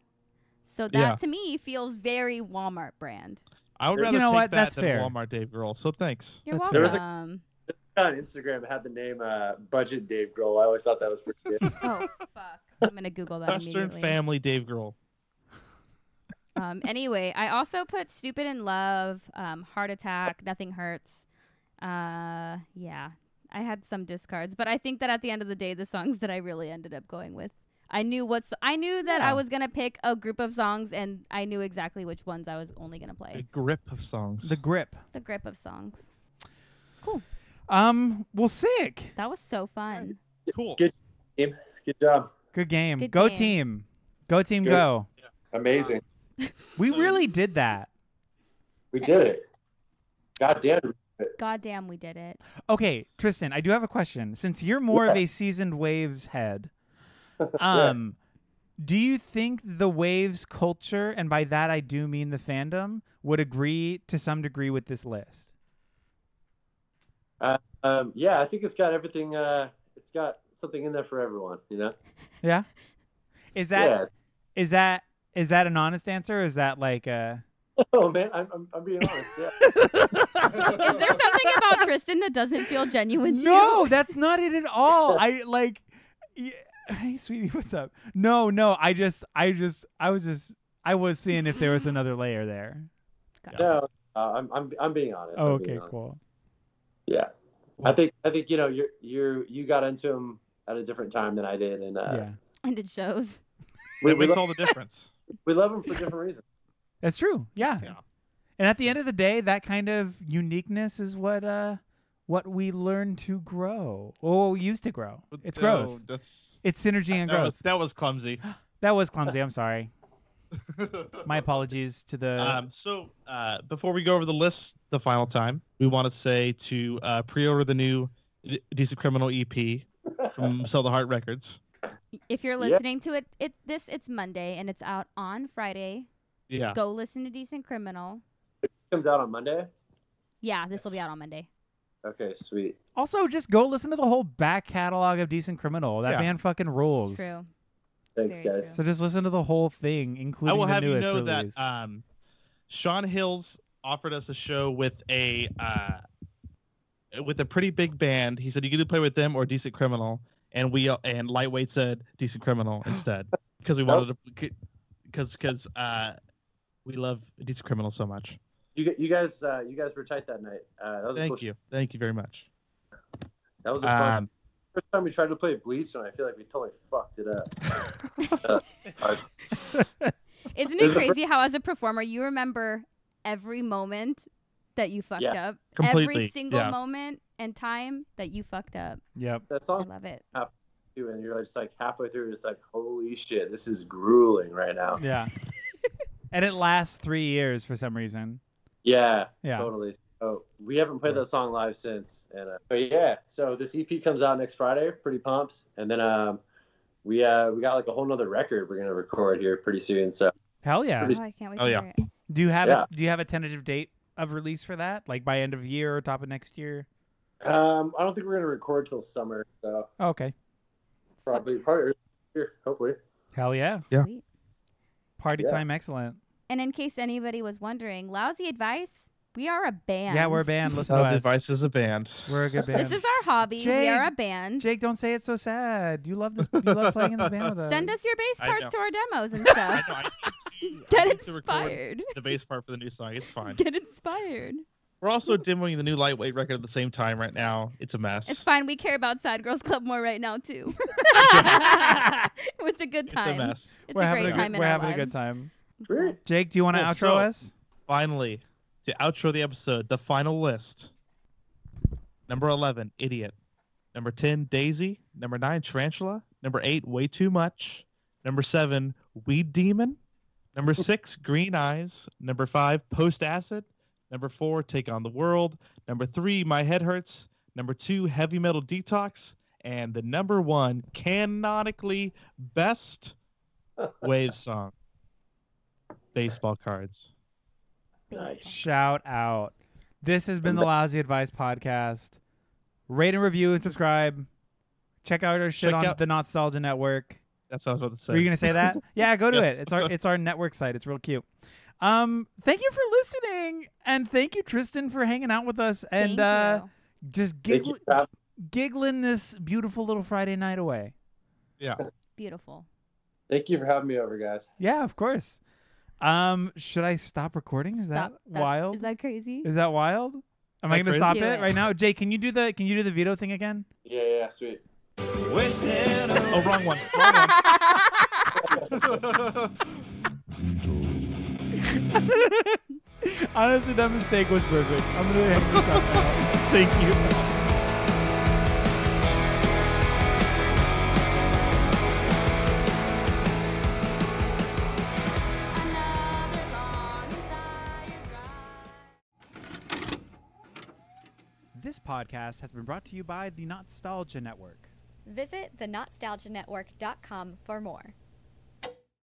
So that
Yeah.
to me feels very Walmart brand.
I would
You
rather
know
take
what?
that
That's
than
fair.
Walmart Dave Grohl. So thanks.
You're
That's fair.
There was a-
welcome. Um,
On Instagram, it had the name uh, Budget Dave Grohl. I always thought that was pretty good.
oh fuck! I'm gonna Google that
Western
immediately.
Family Dave Grohl.
Um, anyway, I also put "Stupid in Love," um, "Heart Attack," "Nothing Hurts." Uh, yeah, I had some discards, but I think that at the end of the day, the songs that I really ended up going with, I knew what's, I knew that
Yeah.
I was gonna pick a group of songs, and I knew exactly which ones I was only gonna
A
play.
grip of songs.
The grip.
The grip of songs.
Um. Well, sick.
That was so fun.
cool.
Good team. Good job.
Good game.
Good
go
game.
team. Go team.
Good.
Go.
Amazing.
We really did that.
We did it. God damn. it.
Goddamn, we did it.
Okay, Tristan, I do have a question. Since you're more of a seasoned waves head, um, do you think the waves culture, and by that I do mean the fandom, would agree to some degree with this list?
Um, yeah, I think it's got everything. Uh, it's got something in there for everyone. You know.
Yeah. Is that is that is that an honest answer? Or is that like a
Oh man, I'm, I'm, I'm being honest. Yeah.
Is there something about Tristan that doesn't feel genuine? to
no,
you?
that's not it at all. I like. y- Hey, sweetie, what's up? No, no. I just, I just, I was just, I was seeing if there was another layer there.
Got it.
No, uh, I'm, I'm, I'm being honest.
Oh,
I'm being
okay,
honest.
cool.
Yeah, I think, I think you know, you're, you're, you got into him at a different time than I did, and uh,
yeah,
And it shows.
we,
It
we,
makes
lo-
all the difference.
we love him for different reasons.
that's true. Yeah.
Yeah.
And at the end of the day, that kind of uniqueness is what, uh, what we learn to grow or we used to grow. It's
Oh,
growth.
That's
It's synergy and
that
growth.
was that was clumsy.
that was clumsy. I'm sorry. My apologies to the.
Um, so uh, before we go over the list the final time, we want to say to uh, pre-order the new D- Decent Criminal EP from Sell the Heart Records.
If you're
Yeah.
listening to it, it this it's Monday and it's out on Friday.
Yeah,
Go listen to Decent Criminal.
Comes out on Monday.
Yeah, this will be
Yes.
out on Monday.
Okay, sweet.
also, just go listen to the whole back catalog of Decent Criminal. That
Yeah.
band fucking
It's
rules.
true.
Thanks,
very
guys.
So just listen to the whole thing, including
I will
the
have you
newest
know
release.
that um, Sean Hills offered us a show with a uh, with a pretty big band. He said you could either play with them or Decent Criminal, and we and Lightweight said Decent Criminal instead because we wanted to because because uh, we love Decent Criminal so much.
You, g- you guys, uh, you guys were tight that night. Uh, that was a
Thank
cool
you, thank you very much.
That was a fun.
Um,
First time we tried to play Bleach, and I feel like we totally fucked it up.
Isn't
Is
it
the fir-
crazy how, as a performer, you remember every moment that you fucked
Yeah.
up?
Completely,
Every single
yeah.
moment and time that you fucked up.
yep.
That
I
song
love it.
too, and you're just like halfway through, it's like, holy shit, this is grueling right now.
Yeah. and it lasts three years for some reason.
Yeah,
Yeah.
totally. So we haven't played that song live since, and uh, but yeah, so this EP comes out next Friday. Pretty pumped, and then um, we uh we got like a whole nother record we're gonna record here pretty soon. So
Hell yeah.
Pretty-
Oh, I can't wait
Oh,
to
yeah.
hear it.
Do you have
Yeah.
a, do you have a tentative date of release for that? Like by end of year or top of next year?
um, I don't think we're gonna record till summer. So
Oh, okay.
probably probably early here, hopefully.
Hell yeah.
Yeah.
Sweet.
Party
Yeah.
time, excellent.
And in case anybody was wondering, lousy advice. We are a band.
Yeah, we're a band. Listen to
Sounds
us.
advice is a band.
We're a good band.
This is our hobby. We are
Jade.
a band.
Jake, don't say it so sad. You love this. You love playing in the band with us.
Send us your bass
I
parts
know.
to our demos and
I
stuff.
know. I need to, I
Get
need to record
inspired.
the bass part for the new song. It's fine.
Get inspired.
We're also demoing the new lightweight record at the same time right now. It's a mess.
It's fine. We care about Sad Girls Club more right now too. it's a good
It's
time.
a mess.
It's
we're
a
having
great
a good,
time in
We're
our
having a
lives.
good time.
Great.
Jake, do you want to
Cool,
outro
so-
us?
Finally, to outro the episode, the final list. Number 11, Idiot. Number 10, Daisy. Number 9, Tarantula. Number 8, Way Too Much. Number 7, Weed Demon. Number 6, Green Eyes. Number 5, Post Acid. Number 4, Take on the World. Number 3, My Head Hurts. Number 2, Heavy Metal Detox. And the number 1, canonically best wave song, Baseball Cards.
Nice.
Shout out. This has been the Lousy Advice Podcast. Rate and review and subscribe. Check out our shit
Check
on
out-
the Nostalgia Network.
That's what I was about to say.
Were you gonna say that? yeah, go to
Yes.
it. It's our it's our network site. It's real cute. Um, thank you for listening, and thank you Tristan for hanging out with us and
Thank
uh
you.
just
Thank you
giggle-
for having-
giggling this beautiful little Friday night away.
Yeah.
beautiful.
thank you for having me over, guys.
Yeah, of course. Um, should I stop recording? Is
Stop.
that wild?
Is that crazy?
Is that wild? Am I
Like
gonna
Chris?
stop it,
Do it.
right now? Jay, can you do the can you do the veto thing again?
Yeah, yeah, sweet.
Oh, wrong one.
Honestly, that mistake was perfect. I'm gonna hang this up now. Thank you. This podcast has been brought to you by the Nostalgia Network.
Visit thenostalgianetwork.com for more.